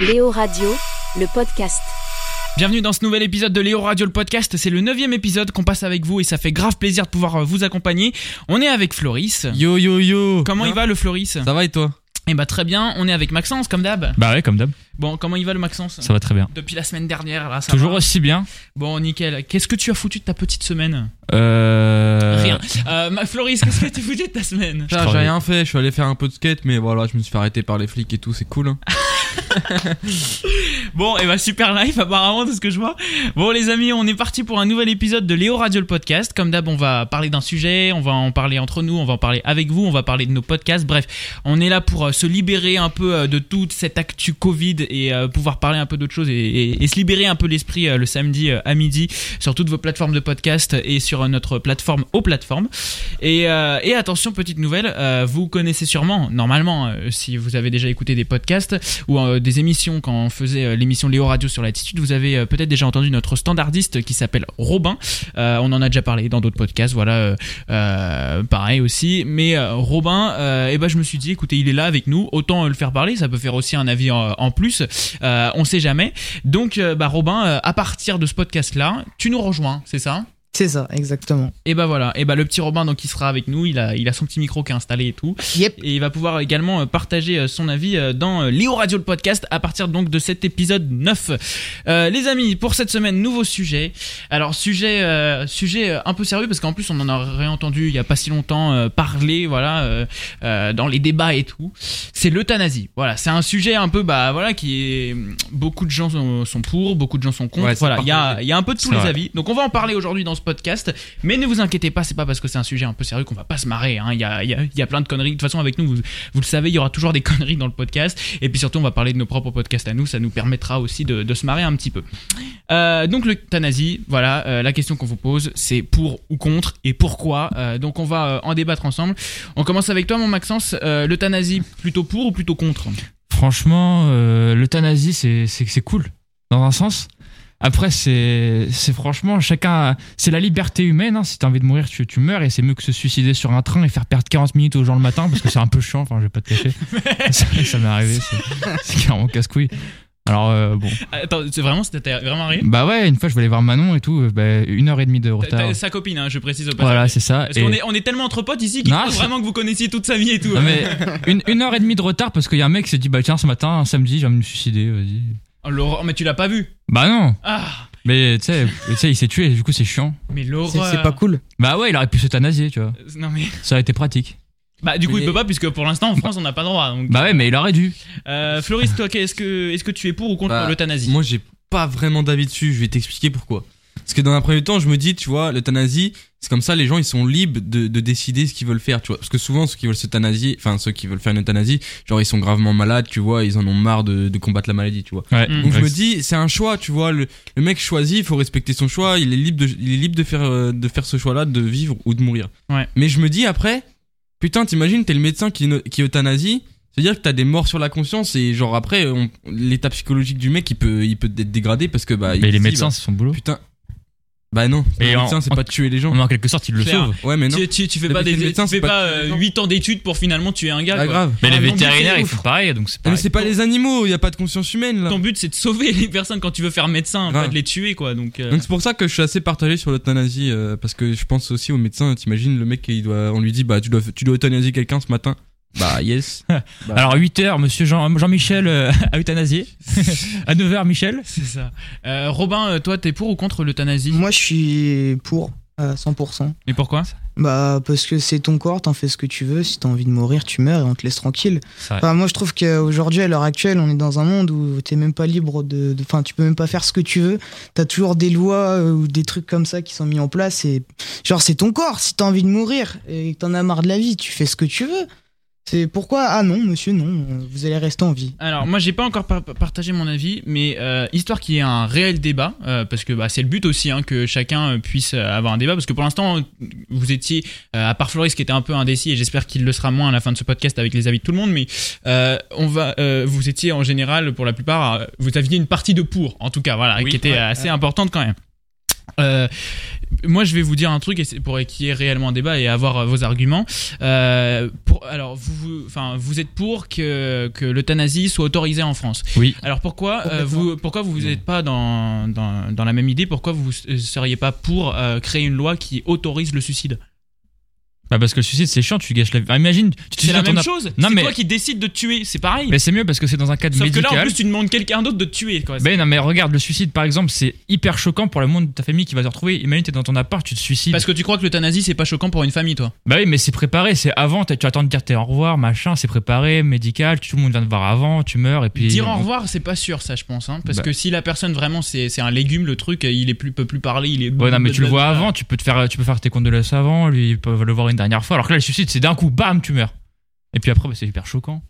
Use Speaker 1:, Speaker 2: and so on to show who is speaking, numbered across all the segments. Speaker 1: Léo Radio, le podcast.
Speaker 2: Bienvenue dans ce nouvel épisode de Léo Radio le podcast. C'est le neuvième épisode qu'on passe avec vous et ça fait grave plaisir de pouvoir euh, vous accompagner. On est avec Floris.
Speaker 3: Yo yo yo
Speaker 2: Comment il
Speaker 3: Bien.
Speaker 2: va le Floris
Speaker 3: Ça va et toi
Speaker 2: Eh bah très bien. On est avec Maxence comme d'hab.
Speaker 3: Bah ouais, comme d'hab,
Speaker 2: Bon, comment il va le Maxence
Speaker 3: ça va très bien.
Speaker 2: Depuis la semaine dernière là. Ça
Speaker 3: Toujours
Speaker 2: va
Speaker 3: aussi bien.
Speaker 2: Bon nickel. Qu'est-ce que tu as foutu de ta petite semaine
Speaker 3: Euh...
Speaker 2: Rien. Euh, ma- Floris, qu'est-ce que tu as foutu de ta semaine
Speaker 3: Je
Speaker 4: Putain, j'ai
Speaker 3: travaille.
Speaker 4: rien fait, je suis allé faire un peu de skate, mais voilà, je me suis fait arrêter par les flics et tout, c'est cool.
Speaker 3: Ah,
Speaker 4: hein.
Speaker 2: Bon, et bah super live apparemment de ce que je vois. Bon les amis, on est parti pour un nouvel épisode de Léo Radio le podcast. Comme d'hab, on va parler d'un sujet, on va en parler entre nous, on va en parler avec vous, on va parler de nos podcasts. Bref, on est là pour euh, se libérer un peu euh, de toute cette actu Covid et euh, pouvoir parler un peu d'autres choses et, et- et se libérer un peu l'esprit euh, le samedi euh, à midi sur toutes vos plateformes de podcast et sur euh, notre plateforme aux plateformes. Et, euh, et attention, petite nouvelle, euh, vous connaissez sûrement, normalement, euh, si vous avez déjà écouté des podcasts ou euh, des émissions, quand on faisait euh, l'émission Léo Radio sur l'attitude, vous avez euh, peut-être déjà entendu notre standardiste qui s'appelle Robin. Euh, on en a déjà parlé dans d'autres podcasts, voilà, euh, euh, pareil aussi. Mais euh, Robin, euh, eh ben, je me suis dit, écoutez, il est là avec nous, autant euh, le faire parler, ça peut faire aussi un avis en, en plus, euh, on sait jamais. Donc, euh, bah, Robin, euh, à partir de ce podcast-là, tu nous rejoins, c'est ça
Speaker 5: C'est ça, exactement.
Speaker 2: et bah voilà, et bah le petit Robin donc il sera avec nous, il a, il a son petit micro qui est installé et tout,
Speaker 5: Yep.
Speaker 2: et il va pouvoir également euh, partager euh, son avis euh, dans euh, Léo Radio le podcast à partir donc de cet épisode 9. Euh, les amis, pour cette semaine, nouveau sujet. Alors sujet, euh, sujet euh, un peu sérieux parce qu'en plus on en a réentendu il y a pas si longtemps euh, parler, voilà, euh, euh, dans les débats et tout. C'est l'euthanasie. Voilà, c'est un sujet un peu bah voilà qui est beaucoup de gens sont, sont pour, beaucoup de gens sont contre.
Speaker 4: Ouais, c'est
Speaker 2: voilà, il y a,
Speaker 4: partagé.
Speaker 2: il y a un peu de tous
Speaker 3: C'est
Speaker 2: les
Speaker 3: vrai.
Speaker 2: avis. Donc on va en parler aujourd'hui dans ce podcast. Mais ne vous inquiétez pas, c'est pas parce que c'est un sujet un peu sérieux qu'on va pas se marrer. hein. Il y, a, il y a- il y a plein de conneries. De toute façon, avec nous, vous, vous le savez, il y aura toujours des conneries dans le podcast. Et puis surtout, on va parler de nos propres podcasts à nous. Ça nous permettra aussi de, de se marrer un petit peu. Euh, donc l'euthanasie, voilà, euh, la question qu'on vous pose, c'est pour ou contre et pourquoi. Euh, donc on va euh, en débattre ensemble. On commence avec toi, mon Maxence. Euh, l'euthanasie, plutôt pour ou plutôt contre
Speaker 3: Franchement, euh, l'euthanasie, c'est- c'est c'est cool, dans un sens. Après, c'est c'est franchement, chacun. C'est la liberté humaine. hein. Si t'as envie de mourir, tu, tu meurs. Et c'est mieux que se suicider sur un train et faire perdre 40 minutes aux gens le matin, parce que c'est un peu chiant, enfin, je vais pas te cacher. ça ça m'est arrivé, c'est- c'est carrément casse-couille. Alors, euh, bon.
Speaker 2: Attends, c'est vraiment, c'était vraiment rien.
Speaker 3: Bah ouais, une fois, je voulais voir Manon et tout, euh, bah, une heure et demie de
Speaker 2: T'as- t'as
Speaker 3: retard.
Speaker 2: Sa copine, hein, je précise au passage.
Speaker 3: Voilà, c'est ça.
Speaker 2: Parce
Speaker 3: Et-
Speaker 2: qu'on est, on est tellement entre potes ici qu'il
Speaker 3: Non,
Speaker 2: faut
Speaker 3: c'est-
Speaker 2: vraiment que vous connaissiez toute sa vie et tout. hein.
Speaker 3: Non, mais une, une heure et demie de retard parce qu'il y a un mec qui s'est dit bah tiens ce matin un samedi j'ai envie de me suicider vas-y.
Speaker 2: Oh, l'horreur, mais tu l'as pas vu.
Speaker 3: Bah non
Speaker 2: Ah,
Speaker 3: mais tu sais tu sais, il s'est tué du coup c'est chiant.
Speaker 2: mais
Speaker 5: C'est
Speaker 2: l'horreur.
Speaker 5: c'est pas cool.
Speaker 3: Bah ouais il aurait pu s'euthanasier tu vois
Speaker 2: Euh, Non mais
Speaker 3: ça aurait été pratique.
Speaker 2: bah du coup
Speaker 4: Mais-
Speaker 2: il peut pas puisque pour l'instant en France on n'a pas le droit. Donc...
Speaker 3: Bah ouais mais il aurait dû.
Speaker 2: Euh, Floris, toi qu'est-ce que est-ce que tu es pour ou contre
Speaker 4: Bah,
Speaker 2: l'euthanasie
Speaker 4: Moi, j'ai pas vraiment d'avis dessus, je vais t'expliquer pourquoi. Parce que dans un premier temps, je me dis, tu vois, l'euthanasie, c'est comme ça, les gens, ils sont libres de, de décider ce qu'ils veulent faire, tu vois. Parce que souvent, ceux qui veulent s'euthanasier, enfin, ceux qui veulent faire une euthanasie, genre, ils sont gravement malades, tu vois, ils en ont marre de, de combattre la maladie, tu vois.
Speaker 3: Ouais.
Speaker 2: Mm.
Speaker 4: Donc je me dis, c'est un choix, tu vois. Le, le mec choisit, il faut respecter son choix. Il est libre de, il est libre de faire, euh, de faire ce choix-là, de vivre ou de mourir.
Speaker 2: Ouais.
Speaker 4: Mais je me dis après, putain, t'imagines, t'es le médecin qui, ne- qui euthanasie. C'est-à-dire que t'as des morts sur la conscience et genre après, on- l'état psychologique du mec, il peut, il peut être dégradé parce que bah. il
Speaker 3: mais les
Speaker 4: se dit,
Speaker 3: médecins
Speaker 4: bah,
Speaker 3: c'est son boulot.
Speaker 4: putain. Bah non.
Speaker 3: Et
Speaker 4: Et
Speaker 3: en-
Speaker 4: médecin, c'est
Speaker 3: en-
Speaker 4: pas de tuer les gens.
Speaker 3: Mais en quelque sorte il le
Speaker 2: Clair.
Speaker 3: sauve.
Speaker 4: Ouais, mais non.
Speaker 2: tu, tu, tu fais
Speaker 4: Le
Speaker 2: pas des
Speaker 4: médecin,
Speaker 2: tu
Speaker 4: c'est
Speaker 2: fais
Speaker 4: pas
Speaker 2: pas
Speaker 4: tous les
Speaker 2: euh,
Speaker 4: gens.
Speaker 2: 8 ans d'études pour finalement tuer un gars.
Speaker 4: Ah,
Speaker 2: quoi.
Speaker 4: grave.
Speaker 3: Mais les
Speaker 2: Ah, mon Dieu,
Speaker 3: vétérinaires
Speaker 2: c'est
Speaker 3: ils
Speaker 2: ouf.
Speaker 3: font pareil donc c'est
Speaker 4: Mais
Speaker 3: pareil.
Speaker 4: c'est pas les animaux, il y a pas de conscience humaine là.
Speaker 2: Ton but c'est de sauver les personnes quand tu veux faire médecin, hein, pas
Speaker 4: Grave.
Speaker 2: de les tuer quoi. Donc euh,
Speaker 4: Donc c'est pour ça que je suis assez partagé sur l'euthanasie euh, parce que je pense aussi aux médecins. T'imagines le mec il doit, on lui dit bah tu dois, tu dois euthanasier quelqu'un ce matin. Bah yes.
Speaker 3: Alors 8 heures monsieur Jean Jean-Michel euh, à euthanasier. à 9 heures Michel.
Speaker 2: c'est ça. Euh, Robin, euh, toi t'es pour ou contre l'euthanasie
Speaker 5: Moi, je suis pour à 100%.
Speaker 2: Mais pourquoi
Speaker 5: Bah, parce que c'est ton corps, t'en fais ce que tu veux. Si t'as envie de mourir, tu meurs et on te laisse tranquille.
Speaker 3: C'est vrai.
Speaker 5: Enfin, moi, je trouve qu'aujourd'hui, à l'heure actuelle, on est dans un monde où t'es même pas libre de. de- Enfin, tu peux même pas faire ce que tu veux. T'as toujours des lois euh, ou des trucs comme ça qui sont mis en place. Et genre, c'est ton corps. Si t'as envie de mourir et que t'en as marre de la vie, tu fais ce que tu veux. C'est pourquoi Ah non, monsieur, non, euh, vous allez rester en vie.
Speaker 2: Alors moi j'ai pas encore par- partagé mon avis, mais euh, histoire qu'il y ait un réel débat, euh, parce que bah, c'est le but aussi hein, que chacun euh, puisse euh, avoir un débat, parce que pour l'instant vous étiez, euh, à part Floris qui était un peu indécis, et j'espère qu'il le sera moins à la fin de ce podcast avec les avis de tout le monde, mais euh, on va, euh, vous étiez en général pour la plupart, euh, vous aviez une partie de pour, en tout cas voilà,
Speaker 3: Oui,
Speaker 2: qui était
Speaker 3: ouais,
Speaker 2: assez importante quand même. Euh, moi, je vais vous dire un truc et c'est pour qu'il y ait réellement un débat et avoir euh, vos arguments. Euh, pour, alors, vous, vous, enfin, vous êtes pour que, que l'euthanasie soit autorisée en France.
Speaker 3: Oui.
Speaker 2: Alors pourquoi euh,
Speaker 5: Complètement.
Speaker 2: vous pourquoi vous n'êtes pas dans, dans, dans la même idée Pourquoi vous euh, seriez pas pour euh, créer une loi qui autorise le suicide
Speaker 3: Bah parce que le suicide c'est chiant, tu gâches la vie. Ah, imagine, tu te
Speaker 2: C'est la
Speaker 3: suicides dans ton
Speaker 2: même
Speaker 3: app-
Speaker 2: chose.
Speaker 3: Non,
Speaker 2: C'est
Speaker 3: mais-
Speaker 2: toi qui décides de tuer, c'est pareil.
Speaker 3: Mais c'est mieux parce que c'est dans un cadre
Speaker 2: Sauf
Speaker 3: médical.
Speaker 2: que là, en plus, tu demandes quelqu'un d'autre de te tuer. Quoi.
Speaker 3: Ben non, mais regarde, le suicide par exemple, c'est hyper choquant pour le monde de ta famille qui va te retrouver. Imagine, t'es dans ton appart, tu te suicides.
Speaker 2: Parce que tu crois que l'euthanasie, c'est pas choquant pour une famille, toi
Speaker 3: Bah oui, mais c'est préparé, c'est avant, t'as- tu attends de dire t'es au revoir, machin, c'est préparé, médical, tout le monde vient te voir avant, tu meurs et puis.
Speaker 2: Dire au revoir, c'est pas sûr, ça, je pense. hein, parce
Speaker 3: Bah.
Speaker 2: que si la personne, vraiment, c'est c'est un légume, le truc, il est plus, peut plus parler, il est.
Speaker 3: Ouais, non, mais tu le vois
Speaker 2: hein.
Speaker 3: avant, tu peux, te faire, tu peux faire tes condoléances avant, lui, ils peuvent le voir une dernière fois. Alors que là, le suicide, c'est d'un coup, bam, tu meurs. Et puis après, bah, c'est hyper choquant.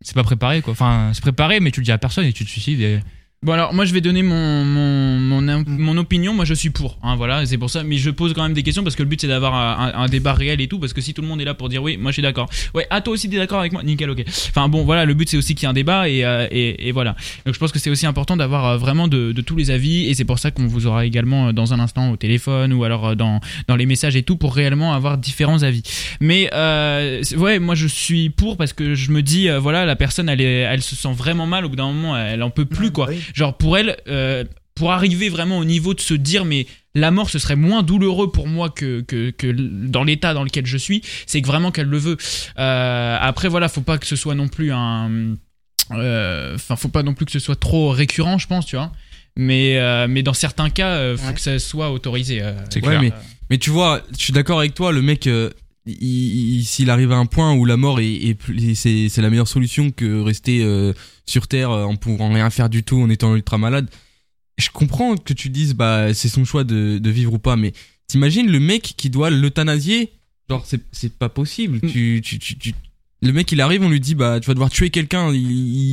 Speaker 3: C'est pas préparé, quoi. Enfin, c'est préparé, mais tu le dis à personne et tu te suicides. Et...
Speaker 2: Bon alors moi je vais donner mon mon, mon, im- mon opinion, moi je suis pour, hein, voilà, et c'est pour ça, mais je pose quand même des questions parce que le but c'est d'avoir un, un- un débat réel et tout, parce que si tout le monde est là pour dire oui, moi je suis d'accord, ouais, ah toi aussi t'es d'accord avec moi, nickel, ok. Enfin bon voilà, le but c'est aussi qu'il y ait un débat et, euh, et, et voilà. Donc je pense que c'est aussi important d'avoir euh, vraiment de, de tous les avis et c'est pour ça qu'on vous aura également euh, dans un instant au téléphone ou alors euh, dans, dans les messages et tout pour réellement avoir différents avis. Mais euh, c'est- ouais, moi je suis pour parce que je me dis, euh, voilà, la personne elle, est- elle se sent vraiment mal au bout d'un moment, elle en peut plus quoi.
Speaker 5: Oui.
Speaker 2: Genre pour elle, euh, pour arriver vraiment au niveau de se dire mais la mort ce serait moins douloureux pour moi que, que, que l- dans l'état dans lequel je suis, c'est que vraiment qu'elle le veut. Euh, après voilà, faut pas que ce soit non plus un... euh, Enfin faut pas non plus que ce soit trop récurrent je pense tu vois. Mais, euh, mais dans certains cas, euh, faut
Speaker 5: Ouais.
Speaker 2: que ça soit autorisé. euh.
Speaker 3: C'est
Speaker 4: Ouais, mais, mais tu vois, je suis d'accord avec toi, le mec, euh, il- il- il- s'il arrive à un point où la mort est, est plus- c'est, c'est la meilleure solution que rester euh, sur Terre euh, en pouvant rien faire du tout, en étant ultra malade. Je comprends que tu dises, bah, c'est son choix de, de vivre ou pas, mais t'imagines le mec qui doit l'euthanasier Genre, c'est, c'est pas possible.
Speaker 2: Mm.
Speaker 4: Tu, tu, tu, tu- Le mec, il arrive, on lui dit, bah, tu vas devoir tuer quelqu'un. Il,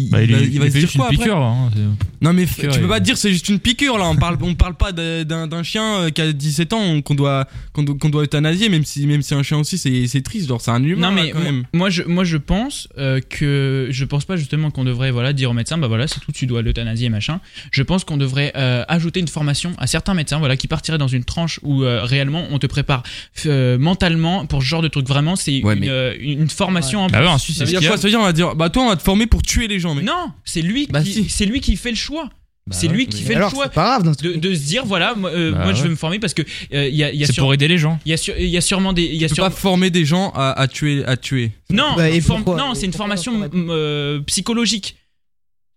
Speaker 4: il-
Speaker 3: Bah,
Speaker 4: il
Speaker 3: il,
Speaker 4: va,
Speaker 3: est-
Speaker 4: il
Speaker 3: il
Speaker 4: va
Speaker 3: est
Speaker 4: se dire
Speaker 3: juste
Speaker 4: quoi
Speaker 3: une
Speaker 4: après
Speaker 3: piqûre. hein, c'est-
Speaker 4: non mais f-
Speaker 3: Piqûre,
Speaker 4: tu peux
Speaker 3: il-
Speaker 4: pas dire c'est juste une piqûre là on parle on parle pas de- d'un d'un chien euh, qui a 17 ans qu'on doit qu'on doit, qu'on doit euthanasier même si même si un chien aussi c'est c'est triste genre c'est un humain
Speaker 2: Non mais
Speaker 4: là, quand
Speaker 2: moi-
Speaker 4: même.
Speaker 2: moi je moi je pense euh, que je pense pas justement qu'on devrait voilà dire au médecin bah voilà c'est tout tu dois l'euthanasier machin. Je pense qu'on devrait euh, ajouter une formation à certains médecins voilà qui partiraient dans une tranche où euh, réellement on te prépare euh, mentalement pour ce genre de truc vraiment c'est
Speaker 4: Ouais,
Speaker 2: une,
Speaker 4: mais-
Speaker 2: euh, une formation en
Speaker 3: Bah
Speaker 2: plus.
Speaker 3: ouais, un suicide.
Speaker 4: Ça veut
Speaker 3: c'est
Speaker 4: dire
Speaker 3: ce
Speaker 4: quoi
Speaker 3: qu'il
Speaker 4: ça veut dire on va dire bah toi on va te former pour tuer les gens mais
Speaker 2: Non, c'est lui
Speaker 4: Bah,
Speaker 2: qui
Speaker 4: si.
Speaker 2: c'est lui qui fait le choix.
Speaker 3: Bah
Speaker 2: c'est
Speaker 3: ouais,
Speaker 2: lui qui
Speaker 5: Mais
Speaker 2: fait
Speaker 5: alors,
Speaker 2: le choix
Speaker 5: c'est pas grave. dans ce-
Speaker 2: de, de se dire voilà moi, euh,
Speaker 3: Bah
Speaker 2: moi, je
Speaker 3: ouais.
Speaker 2: vais me former parce que euh, il y a il y
Speaker 3: y a.
Speaker 2: a
Speaker 3: C'est
Speaker 2: sur-
Speaker 3: pour aider les gens.
Speaker 2: il y a sur- il y a sûrement des il y a
Speaker 4: tu peux
Speaker 2: sûrement-
Speaker 4: pas former des gens à, à tuer à tuer
Speaker 2: Non,
Speaker 5: Bah, et
Speaker 2: forme-
Speaker 5: pourquoi
Speaker 2: non,
Speaker 5: Et
Speaker 2: c'est une
Speaker 5: pourquoi
Speaker 2: formation
Speaker 5: on pourrait-
Speaker 2: euh, psychologique.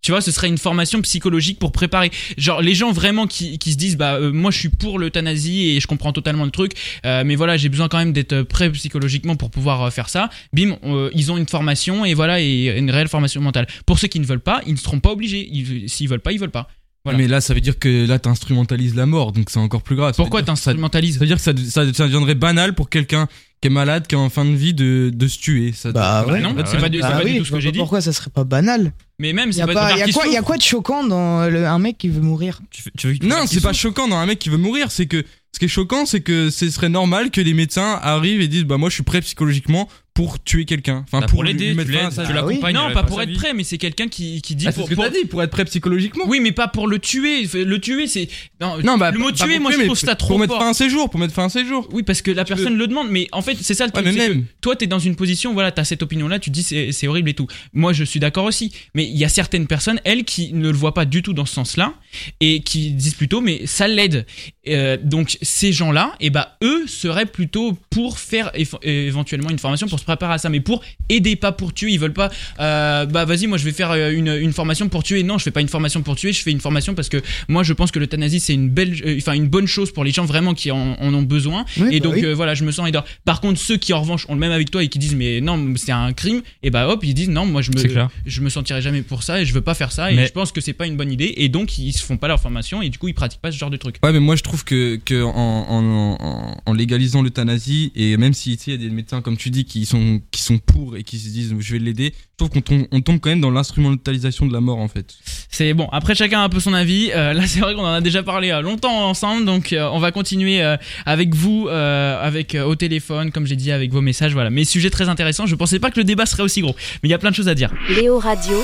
Speaker 2: Tu vois, ce serait une formation psychologique pour préparer. Genre, les gens vraiment qui, qui se disent, bah, euh, moi je suis pour l'euthanasie et je comprends totalement le truc, euh, mais voilà, j'ai besoin quand même d'être euh, prêt psychologiquement pour pouvoir euh, faire ça. Bim, euh, ils ont une formation et voilà, et une réelle formation mentale. Pour ceux qui ne veulent pas, ils ne seront pas obligés. Ils- S'ils veulent pas, ils veulent pas. Voilà.
Speaker 4: mais là ça veut dire que là t'instrumentalises la mort donc c'est encore plus grave Ça veut
Speaker 2: Pourquoi
Speaker 4: dire- ça
Speaker 2: t'instrumentalises
Speaker 4: veut dire que ça, ça, ça deviendrait banal pour quelqu'un qui est malade qui est en fin de vie de, de se tuer ça
Speaker 5: Bah ouais.
Speaker 2: Non,
Speaker 4: Bah
Speaker 2: c'est pas, du, c'est
Speaker 5: Bah
Speaker 2: pas du
Speaker 5: oui,
Speaker 2: tout ce
Speaker 5: je
Speaker 2: que
Speaker 5: vois
Speaker 2: j'ai
Speaker 5: pas
Speaker 2: dit.
Speaker 5: Pourquoi ça serait pas banal
Speaker 2: Mais même,
Speaker 5: Il y
Speaker 2: c'est
Speaker 5: a
Speaker 2: pas,
Speaker 5: pas-
Speaker 2: regarde
Speaker 5: y a
Speaker 2: qui
Speaker 5: quoi-
Speaker 2: souffre.
Speaker 5: y a quoi de choquant dans le- un mec qui veut mourir
Speaker 3: Tu, fais- tu veux- tu veux
Speaker 4: Non,
Speaker 3: qu'ils
Speaker 4: c'est pas
Speaker 3: souffrent
Speaker 4: choquant dans un mec qui veut mourir. C'est que ce qui est choquant, c'est que ce serait normal que les médecins arrivent et disent Bah, moi, je suis prêt psychologiquement pour tuer quelqu'un. Enfin,
Speaker 3: Bah, pour l'aider,
Speaker 4: lui mettre
Speaker 3: tu
Speaker 4: fin à
Speaker 3: l'aides,
Speaker 4: sa
Speaker 3: tu
Speaker 4: vie.
Speaker 5: Ah oui.
Speaker 3: l'accompagnes.
Speaker 2: Non,
Speaker 3: elle
Speaker 2: pas
Speaker 3: passe
Speaker 2: pour
Speaker 3: sa
Speaker 2: être
Speaker 3: vie.
Speaker 2: prêt, mais c'est quelqu'un qui, qui dit
Speaker 4: Ah, c'est
Speaker 2: pour-
Speaker 4: ce que
Speaker 2: pour-
Speaker 4: t'as dit, pour être prêt psychologiquement.
Speaker 2: Oui, mais pas pour le tuer. Le tuer, c'est. Non,
Speaker 4: Non, bah,
Speaker 2: le mot
Speaker 4: pas
Speaker 2: tuer,
Speaker 4: pour
Speaker 2: moi, je
Speaker 4: mais
Speaker 2: trouve ça trop
Speaker 4: Pour mettre
Speaker 2: fort.
Speaker 4: fin à ses jours, pour mettre fin à ses jours.
Speaker 2: Oui, parce que la personne le demande, mais en fait, c'est ça le
Speaker 4: Ouais,
Speaker 2: truc.
Speaker 4: mais
Speaker 2: c'est
Speaker 4: même.
Speaker 2: que toi, t'es dans une position, voilà, t'as cette opinion-là, tu te dis c'est c'est horrible et tout. Moi, je suis d'accord aussi, mais il y a certaines personnes, elles, qui ne le voient pas du tout dans ce sens-là et qui disent plutôt, mais ça l'aide. Euh, donc, ces gens-là, et bah, eux seraient plutôt pour faire éf- éventuellement une formation pour se préparer à ça, mais pour aider, pas pour tuer. Ils veulent pas, euh, bah, vas-y, moi, je vais faire euh, une, une formation pour tuer. Non, je fais pas une formation pour tuer, je fais une formation parce que moi, je pense que l'euthanasie, c'est une belle, euh, enfin, une bonne chose pour les gens vraiment qui en- en ont besoin
Speaker 3: bah
Speaker 2: et donc euh, voilà, je me sens aidant. Par contre, ceux qui en revanche ont le même avec toi et qui disent mais non, c'est un crime, et bah hop, ils disent non, moi je
Speaker 3: C'est
Speaker 2: me
Speaker 3: clair.
Speaker 2: je me sentirai jamais pour ça et je veux pas faire ça et
Speaker 3: Mais-
Speaker 2: je pense que c'est pas une bonne idée et donc ils se font pas leur formation et du coup ils pratiquent pas ce genre de truc.
Speaker 4: Ouais, mais moi, je trouve que, que en, en, en, en légalisant l'euthanasie, et même si tu sais, il y a des médecins, comme tu dis, qui sont, qui sont pour et qui se disent Je vais l'aider, je trouve qu'on tombe, on tombe quand même dans l'instrumentalisation de la mort, en fait.
Speaker 2: C'est bon, après chacun a un peu son avis. Euh, là, c'est vrai qu'on en a déjà parlé euh, longtemps ensemble, donc euh, on va continuer euh, avec vous, euh, avec euh, au téléphone, comme j'ai dit, avec vos messages. Voilà, mais sujet très intéressant. Je pensais pas que le débat serait aussi gros, mais il y a plein de choses à dire.
Speaker 1: Léo Radio,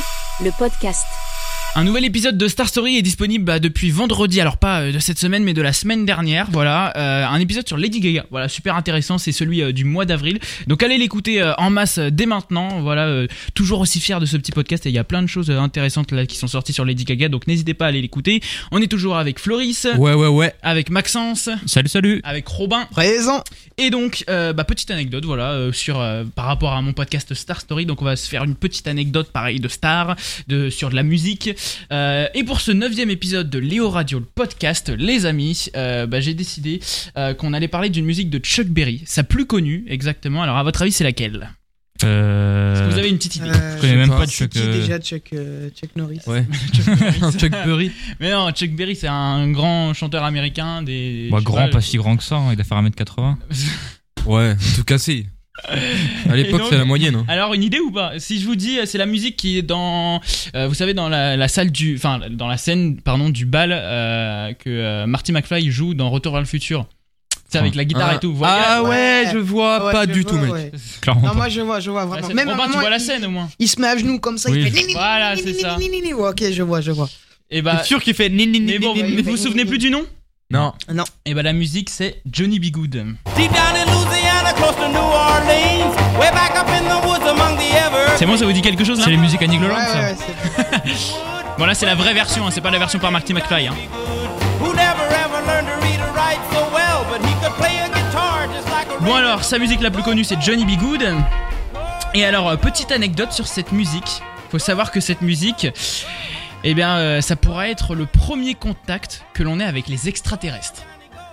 Speaker 1: le podcast.
Speaker 2: Un nouvel épisode de Star Story est disponible bah, depuis vendredi, alors pas euh, de cette semaine, mais de la semaine dernière. Voilà, Euh, un épisode sur Lady Gaga. Voilà, super intéressant. C'est celui euh, du mois d'avril. Donc allez l'écouter euh, en masse euh, dès maintenant. Voilà, euh, toujours aussi fier de ce petit podcast et il y a plein de choses euh, intéressantes là qui sont sorties sur Lady Gaga. Donc n'hésitez pas à aller l'écouter. On est toujours avec Floris,
Speaker 4: Ouais, ouais, ouais.
Speaker 2: avec Maxence,
Speaker 3: Salut, salut.
Speaker 2: avec Robin.
Speaker 5: Présent
Speaker 2: Et donc, euh, bah, petite anecdote, voilà, euh, sur euh, par rapport à mon podcast Star Story. Donc, on va se faire une petite anecdote, pareil, de star, de sur de la musique. Euh, et pour ce neuvième épisode de Léo Radio, le podcast, les amis, euh, bah, j'ai décidé euh, qu'on allait parler d'une musique de Chuck Berry, sa plus connue, exactement. Alors, à votre avis, c'est laquelle
Speaker 3: Euh,
Speaker 2: Est-ce que Vous avez une petite idée
Speaker 5: Euh,
Speaker 3: Je connais même
Speaker 4: pas,
Speaker 3: pas euh, de
Speaker 5: C'est
Speaker 3: choc.
Speaker 5: qui déjà Chuck, euh, Chuck Norris
Speaker 4: Ouais. Chuck Berry.
Speaker 2: Mais non, Chuck Berry, c'est un grand chanteur américain des. je
Speaker 3: Bah,
Speaker 2: sais
Speaker 3: grand,
Speaker 2: pas,
Speaker 3: pas si grand que ça, hein, il doit faire 1m80.
Speaker 4: Ouais, tout cassé. À
Speaker 2: Et
Speaker 4: l'époque,
Speaker 2: donc-
Speaker 4: c'est la moyenne. hein.
Speaker 2: Alors une idée ou pas Si je vous dis, euh, c'est la musique qui est dans, euh, vous savez, dans la, la salle du, enfin, dans la scène, pardon, du bal euh, que euh, Marty McFly joue dans Retour vers le futur. C'est avec la guitare
Speaker 4: Ah.
Speaker 2: et tout. vous voyez
Speaker 4: ah ouais,
Speaker 5: Ouais.
Speaker 4: je vois
Speaker 5: Ouais,
Speaker 4: pas
Speaker 5: je
Speaker 4: du
Speaker 5: vois,
Speaker 4: tout, mec.
Speaker 5: ouais.
Speaker 3: Clairement
Speaker 5: Non,
Speaker 3: pas.
Speaker 5: moi je vois, je vois
Speaker 2: Ouais,
Speaker 5: vraiment.
Speaker 2: c'est-
Speaker 5: Même
Speaker 2: Robin,
Speaker 5: à un
Speaker 2: tu
Speaker 5: moment,
Speaker 2: vois la
Speaker 5: il-
Speaker 2: scène au moins.
Speaker 5: Il se met à genoux comme ça,
Speaker 3: Oui.
Speaker 5: il fait.
Speaker 2: Voilà, c'est ça.
Speaker 5: Ok, je vois, je vois.
Speaker 2: Et bah,
Speaker 4: sûr qu'il fait ni ni
Speaker 2: mais bon,
Speaker 5: ni- ni-
Speaker 2: vous vous souvenez plus du nom
Speaker 4: Non.
Speaker 2: Et bah la musique c'est Johnny B. Good.
Speaker 6: Deep down in Louisiana, close to New Orleans, way back up in the woods among the ever.
Speaker 2: C'est bon, ça vous dit quelque chose là
Speaker 3: C'est les musiques à Nick
Speaker 5: Ouais,
Speaker 3: Lolland, ça
Speaker 5: ouais, c'est-
Speaker 2: Bon là c'est la vraie version, hein, c'est pas la version par Marty McFly. Hein.
Speaker 6: Who never ever learned to read or write so well, but he could play a guitar just like a.
Speaker 2: Bon alors, sa musique la plus connue c'est Johnny B. Good. Et alors, euh, petite anecdote sur cette musique. Faut savoir que cette musique, eh bien, euh, ça pourrait être le premier contact que l'on ait avec les extraterrestres.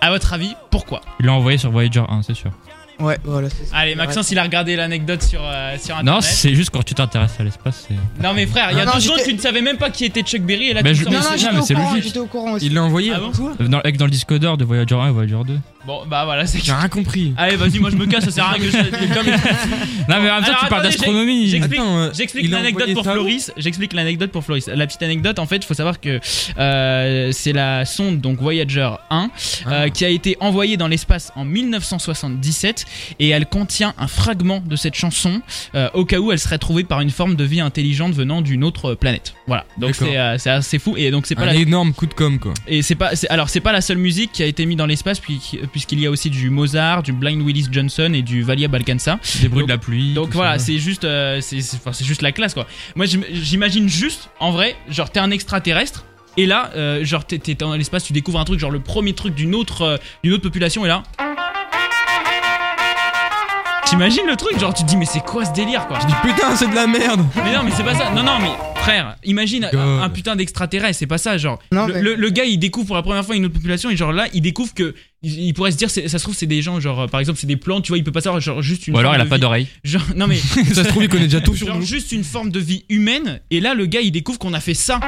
Speaker 2: À votre avis, pourquoi
Speaker 3: Il l'a envoyé sur Voyager 1, c'est sûr.
Speaker 5: ouais, voilà, c'est ça.
Speaker 2: Allez, Maxence, il a regardé l'anecdote sur, euh, sur
Speaker 3: Non,
Speaker 2: Internet.
Speaker 3: c'est juste quand tu t'intéresses à l'espace. c'est-
Speaker 2: Non, mais frère, il y a
Speaker 5: Non,
Speaker 2: deux
Speaker 5: non,
Speaker 2: secondes,
Speaker 5: j'étais-
Speaker 2: tu ne savais même pas qui était Chuck Berry et là,
Speaker 3: Bah,
Speaker 2: tu
Speaker 3: je-
Speaker 2: le
Speaker 5: Non,
Speaker 2: savais.
Speaker 3: mais c'est-
Speaker 5: non,
Speaker 3: non,
Speaker 5: j'étais
Speaker 3: mais
Speaker 5: au
Speaker 3: c'est
Speaker 5: courant,
Speaker 3: logique.
Speaker 5: j'étais au courant aussi.
Speaker 4: Il l'a envoyé.
Speaker 2: Ah bon
Speaker 3: Dans, Euh, avec dans le disque d'or de Voyager 1 et Voyager 2.
Speaker 2: Bon, bah voilà, c'est
Speaker 4: J'ai rien compris.
Speaker 2: Allez, vas-y, moi je me casse, ça sert à rien que je. comme-
Speaker 3: Non, mais en même temps,
Speaker 2: Alors,
Speaker 3: tu parles
Speaker 2: attendez,
Speaker 3: d'astronomie.
Speaker 2: j'ai- j'explique-
Speaker 4: Attends, euh,
Speaker 2: J'explique
Speaker 4: il a
Speaker 2: l'anecdote
Speaker 4: envoyé
Speaker 2: pour
Speaker 4: ça où
Speaker 2: Floris. J'explique l'anecdote pour Floris. La petite anecdote, en fait, il faut savoir que euh, c'est la sonde donc Voyager 1
Speaker 4: Ah.
Speaker 2: euh, qui a été envoyée dans l'espace en 1977 et elle contient un fragment de cette chanson euh, au cas où elle serait trouvée par une forme de vie intelligente venant d'une autre planète. Voilà. Donc
Speaker 4: D'accord.
Speaker 2: c'est euh, c'est assez fou et donc c'est pas
Speaker 4: Un
Speaker 2: la
Speaker 4: énorme coup de com, quoi.
Speaker 2: et c'est pas, c'est- alors c'est pas la seule musique qui a été mise dans l'espace puis- puisqu'il y a aussi du Mozart, du Blind Willis Johnson et du Valia Balkansa.
Speaker 3: Des bruits
Speaker 2: donc-
Speaker 3: de la pluie.
Speaker 2: Donc
Speaker 3: tout
Speaker 2: voilà,
Speaker 3: ça.
Speaker 2: c'est juste, euh, c'est c'est- enfin, c'est juste la classe quoi. Moi j'im- j'imagine juste, en vrai, genre t'es un extraterrestre et là, euh, genre t'es t'es dans l'espace, tu découvres un truc, genre le premier truc d'une autre, euh, d'une autre population et là. T'imagines le truc, genre tu te dis mais c'est quoi ce délire quoi
Speaker 4: J'ai dit putain, c'est de la merde.
Speaker 2: Mais non mais c'est pas ça, non non mais frère, imagine un,
Speaker 4: God.
Speaker 2: un putain d'extraterrestre, c'est pas ça genre.
Speaker 5: Non,
Speaker 2: le,
Speaker 5: mais-
Speaker 2: le- le gars il découvre pour la première fois une autre population et genre là il découvre que il, il pourrait se dire c'est- ça se trouve c'est des gens genre euh, par exemple c'est des plantes, tu vois il peut pas savoir genre juste une.
Speaker 3: Ou alors,
Speaker 2: forme
Speaker 3: il a
Speaker 2: de
Speaker 3: pas
Speaker 2: vie.
Speaker 3: d'oreille.
Speaker 2: Genre non mais
Speaker 4: Ça se trouve, il connaît déjà tout sur
Speaker 2: Genre
Speaker 4: nous.
Speaker 2: juste une forme de vie humaine, et là le gars il découvre qu'on a fait ça.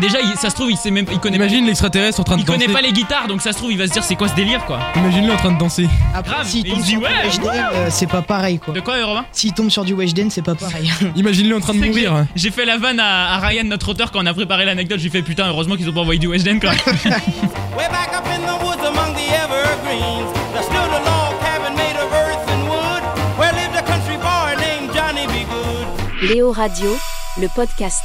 Speaker 2: Déjà, il- ça se trouve, il sait même, il connaît,
Speaker 4: Imagine l'extraterrestre en train
Speaker 2: pas,
Speaker 4: de
Speaker 2: il connaît
Speaker 4: danser.
Speaker 2: pas les guitares, donc ça se trouve, il va se dire c'est quoi ce délire quoi.
Speaker 4: Imagine-le en train de danser.
Speaker 5: Après,
Speaker 2: grave,
Speaker 5: s'il
Speaker 2: mais
Speaker 5: tombe
Speaker 2: il dit
Speaker 5: sur
Speaker 2: ouais,
Speaker 5: du Weshden, euh, c'est pas pareil quoi.
Speaker 2: De quoi, euh, Robin
Speaker 5: S'il tombe sur du Weshden, c'est pas pareil.
Speaker 4: Imagine-le en train de
Speaker 2: C'est que j'ai-
Speaker 4: mourir.
Speaker 2: J'ai fait la vanne à, à Ryan, notre auteur, quand on a préparé l'anecdote. J'ai fait putain, heureusement qu'ils ont pas envoyé du West End quoi.
Speaker 6: Way back up in the woods among the evergreens, there stood a log cabin made of earth and wood, where lived a country boy named Johnny B. Good.
Speaker 1: Léo Radio, le podcast.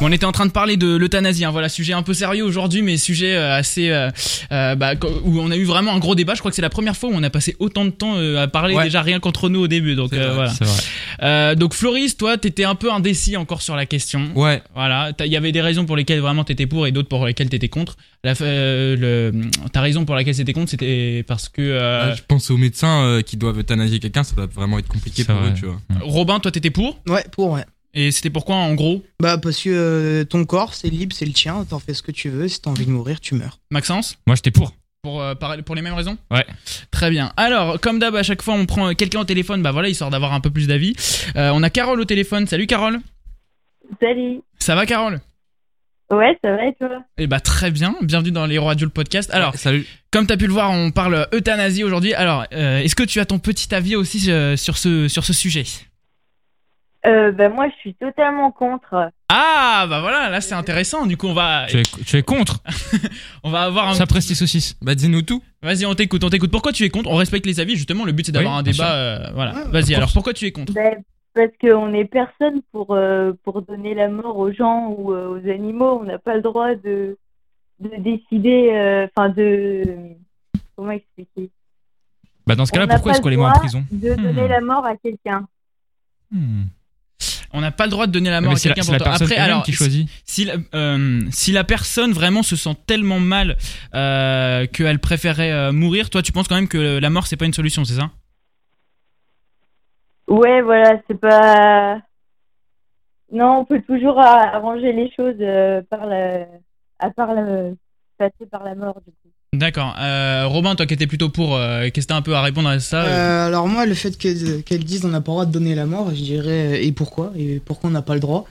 Speaker 2: Bon, on était en train de parler de l'euthanasie, hein, voilà, sujet un peu sérieux aujourd'hui, mais sujet euh, assez. euh, euh, bah, co- où on a eu vraiment un gros débat. Je crois que c'est la première fois où on a passé autant de temps euh, à parler
Speaker 4: Ouais.
Speaker 2: déjà rien qu'entre nous au début, donc
Speaker 4: C'est
Speaker 2: euh,
Speaker 4: vrai,
Speaker 2: voilà.
Speaker 3: C'est vrai.
Speaker 2: Euh, donc Floris, toi, t'étais un peu indécis encore sur la question.
Speaker 4: Ouais.
Speaker 2: Voilà, T'as- il y avait des raisons pour lesquelles vraiment t'étais pour et d'autres pour lesquelles t'étais contre. La, fa- euh, le, ta raison pour laquelle c'était contre, c'était parce que euh,
Speaker 4: Je pense aux médecins euh, qui doivent euthanasier quelqu'un, ça doit vraiment être compliqué
Speaker 3: C'est
Speaker 4: pour
Speaker 3: vrai.
Speaker 4: eux, tu vois.
Speaker 2: Robin, toi t'étais pour
Speaker 5: ouais, pour ouais.
Speaker 2: et c'était pourquoi en gros
Speaker 5: Bah parce que euh, ton corps, c'est libre, c'est le tien, t'en fais ce que tu veux, si t'as envie de mourir, tu meurs.
Speaker 2: Maxence
Speaker 3: Moi, j'étais pour.
Speaker 2: pour, euh, par- pour les mêmes raisons
Speaker 3: Ouais.
Speaker 2: Très bien. Alors, comme d'hab, à chaque fois, on prend euh, quelqu'un au téléphone, bah voilà, histoire d'avoir un peu plus d'avis. Euh, on a Carole au téléphone. Salut Carole
Speaker 7: Salut.
Speaker 2: Ça va Carole
Speaker 7: Ouais, ça va et toi
Speaker 2: Eh bah très bien, bienvenue dans les Radio le podcast. Alors,
Speaker 4: salut.
Speaker 2: Comme t'as pu le voir, on parle euthanasie aujourd'hui. Alors, euh, est-ce que tu as ton petit avis aussi euh, sur, ce, sur ce sujet
Speaker 7: euh, bah, Moi, je suis totalement contre.
Speaker 2: Ah, bah voilà, là c'est intéressant. Du coup, on va,
Speaker 3: Tu es, tu es contre.
Speaker 2: on va avoir un.
Speaker 3: Ça presse tes saucisses.
Speaker 4: Bah dis-nous tout.
Speaker 2: Vas-y, on t'écoute, on t'écoute. Pourquoi tu es contre On respecte les avis, justement. Le but c'est d'avoir
Speaker 3: Oui,
Speaker 2: un
Speaker 3: bien
Speaker 2: débat. euh, voilà. Vas-y, alors pourquoi tu es contre
Speaker 7: Bah, parce qu'on n'est personne pour, euh, pour donner la mort aux gens ou euh, aux animaux. On n'a pas le droit de, de décider, euh, enfin de... Comment expliquer
Speaker 3: Bah, dans ce cas-là,
Speaker 7: On n'a
Speaker 3: pourquoi
Speaker 7: pas
Speaker 3: est-ce qu'on
Speaker 7: le
Speaker 3: les met en
Speaker 7: droit
Speaker 3: prison
Speaker 7: De donner
Speaker 3: Hmm.
Speaker 7: la mort à quelqu'un.
Speaker 3: Hmm.
Speaker 2: Ah, On n'a pas le droit de donner la mort
Speaker 3: Mais
Speaker 2: à
Speaker 3: c'est la,
Speaker 2: quelqu'un.
Speaker 3: c'est la
Speaker 2: pourtant.
Speaker 3: personne
Speaker 2: Après,
Speaker 3: elle-même
Speaker 2: alors,
Speaker 3: qui choisit.
Speaker 2: si la, euh, si la personne vraiment se sent tellement mal euh, qu'elle préférait euh, mourir, toi tu penses quand même que la mort c'est pas une solution, c'est ça
Speaker 7: Ouais, voilà, c'est pas... Non, on peut toujours a- arranger les choses euh, par la... à part la... passer par la mort, du coup.
Speaker 2: D'accord. Euh, Robin, toi qui étais plutôt pour, euh, qu'est-ce que t'as un peu à répondre à ça euh,
Speaker 5: Euh, alors moi, le fait que- qu'elles disent on n'a pas le droit de donner la mort, je dirais euh, et pourquoi Et pourquoi on n'a pas le droit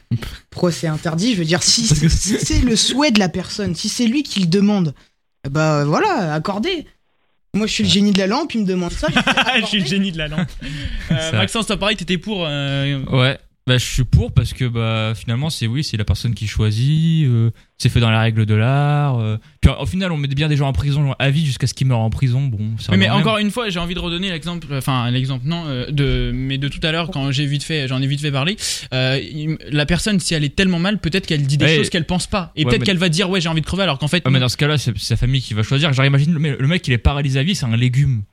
Speaker 5: Pourquoi c'est interdit Je veux dire, si,
Speaker 4: Parce que
Speaker 5: si c'est le souhait de la personne, si c'est lui qui le demande, eh bah voilà, accordé. Moi, je suis le génie de la lampe, il me demande ça. je fais
Speaker 2: Ah, Je suis le
Speaker 5: accordé.
Speaker 2: génie de la lampe. Euh,
Speaker 3: Ça.
Speaker 2: Maxence, toi pareil, t'étais pour. euh,
Speaker 3: Ouais. Bah, je suis pour parce que bah finalement c'est oui c'est la personne qui choisit euh, c'est fait dans la règle de l'art euh. puis au final on met bien des gens en prison à vie jusqu'à ce qu'ils meurent en prison bon ça
Speaker 2: Oui, mais
Speaker 3: revient au même.
Speaker 2: encore une fois, j'ai envie de redonner l'exemple, enfin l'exemple non, euh, de mais de tout à l'heure quand j'ai vite fait, j'en ai vite fait parler. euh, il- la personne, si elle est tellement mal, peut-être qu'elle dit des
Speaker 3: Ouais.
Speaker 2: choses qu'elle pense pas, et
Speaker 3: Ouais,
Speaker 2: peut-être
Speaker 3: mais-
Speaker 2: qu'elle va dire ouais j'ai envie de crever alors qu'en fait.
Speaker 3: Ouais, Ah, mais dans ce cas-là, c'est c'est sa famille qui va choisir. Genre, imagine le mec, le mec, il est paralysé à vie, c'est un légume.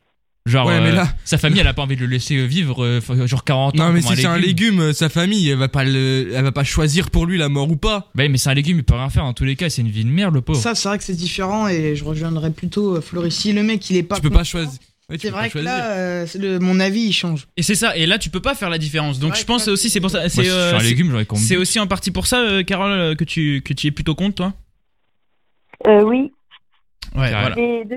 Speaker 3: Genre,
Speaker 4: Ouais, mais
Speaker 3: euh,
Speaker 4: là-
Speaker 3: sa famille, elle a pas envie de le laisser vivre, euh, faut- genre 40 ans.
Speaker 4: Non, mais
Speaker 3: comme
Speaker 4: si c'est un légume, euh, sa famille, elle va pas le- elle va pas choisir pour lui la mort ou pas.
Speaker 3: Bah oui, mais c'est un légume, il peut rien faire. En tous les cas, c'est une vie de merde, le pauvre.
Speaker 5: Ça, c'est vrai que c'est différent et je rejoindrais plutôt euh, Floris. Si le mec, il est pas.
Speaker 4: Tu peux pas choisir. Ouais, tu
Speaker 5: C'est
Speaker 4: peux pas
Speaker 5: vrai que
Speaker 4: choisir.
Speaker 5: là, euh, c'est le- mon avis, il change.
Speaker 2: Et c'est ça. Et là, tu peux pas faire la différence. Donc
Speaker 5: Ouais,
Speaker 2: je pense
Speaker 5: je pense
Speaker 2: aussi,
Speaker 5: que-
Speaker 2: c'est pour ça,
Speaker 3: Moi,
Speaker 2: c'est
Speaker 3: si je
Speaker 2: euh,
Speaker 3: suis un
Speaker 2: c'est-
Speaker 3: légume, j'aurais compris.
Speaker 2: c'est aussi en partie pour ça, euh, Carole, euh, que tu que tu es plutôt contre toi.
Speaker 7: Euh, oui,
Speaker 2: Ouais.
Speaker 3: Carrément.
Speaker 2: Voilà.
Speaker 7: mais de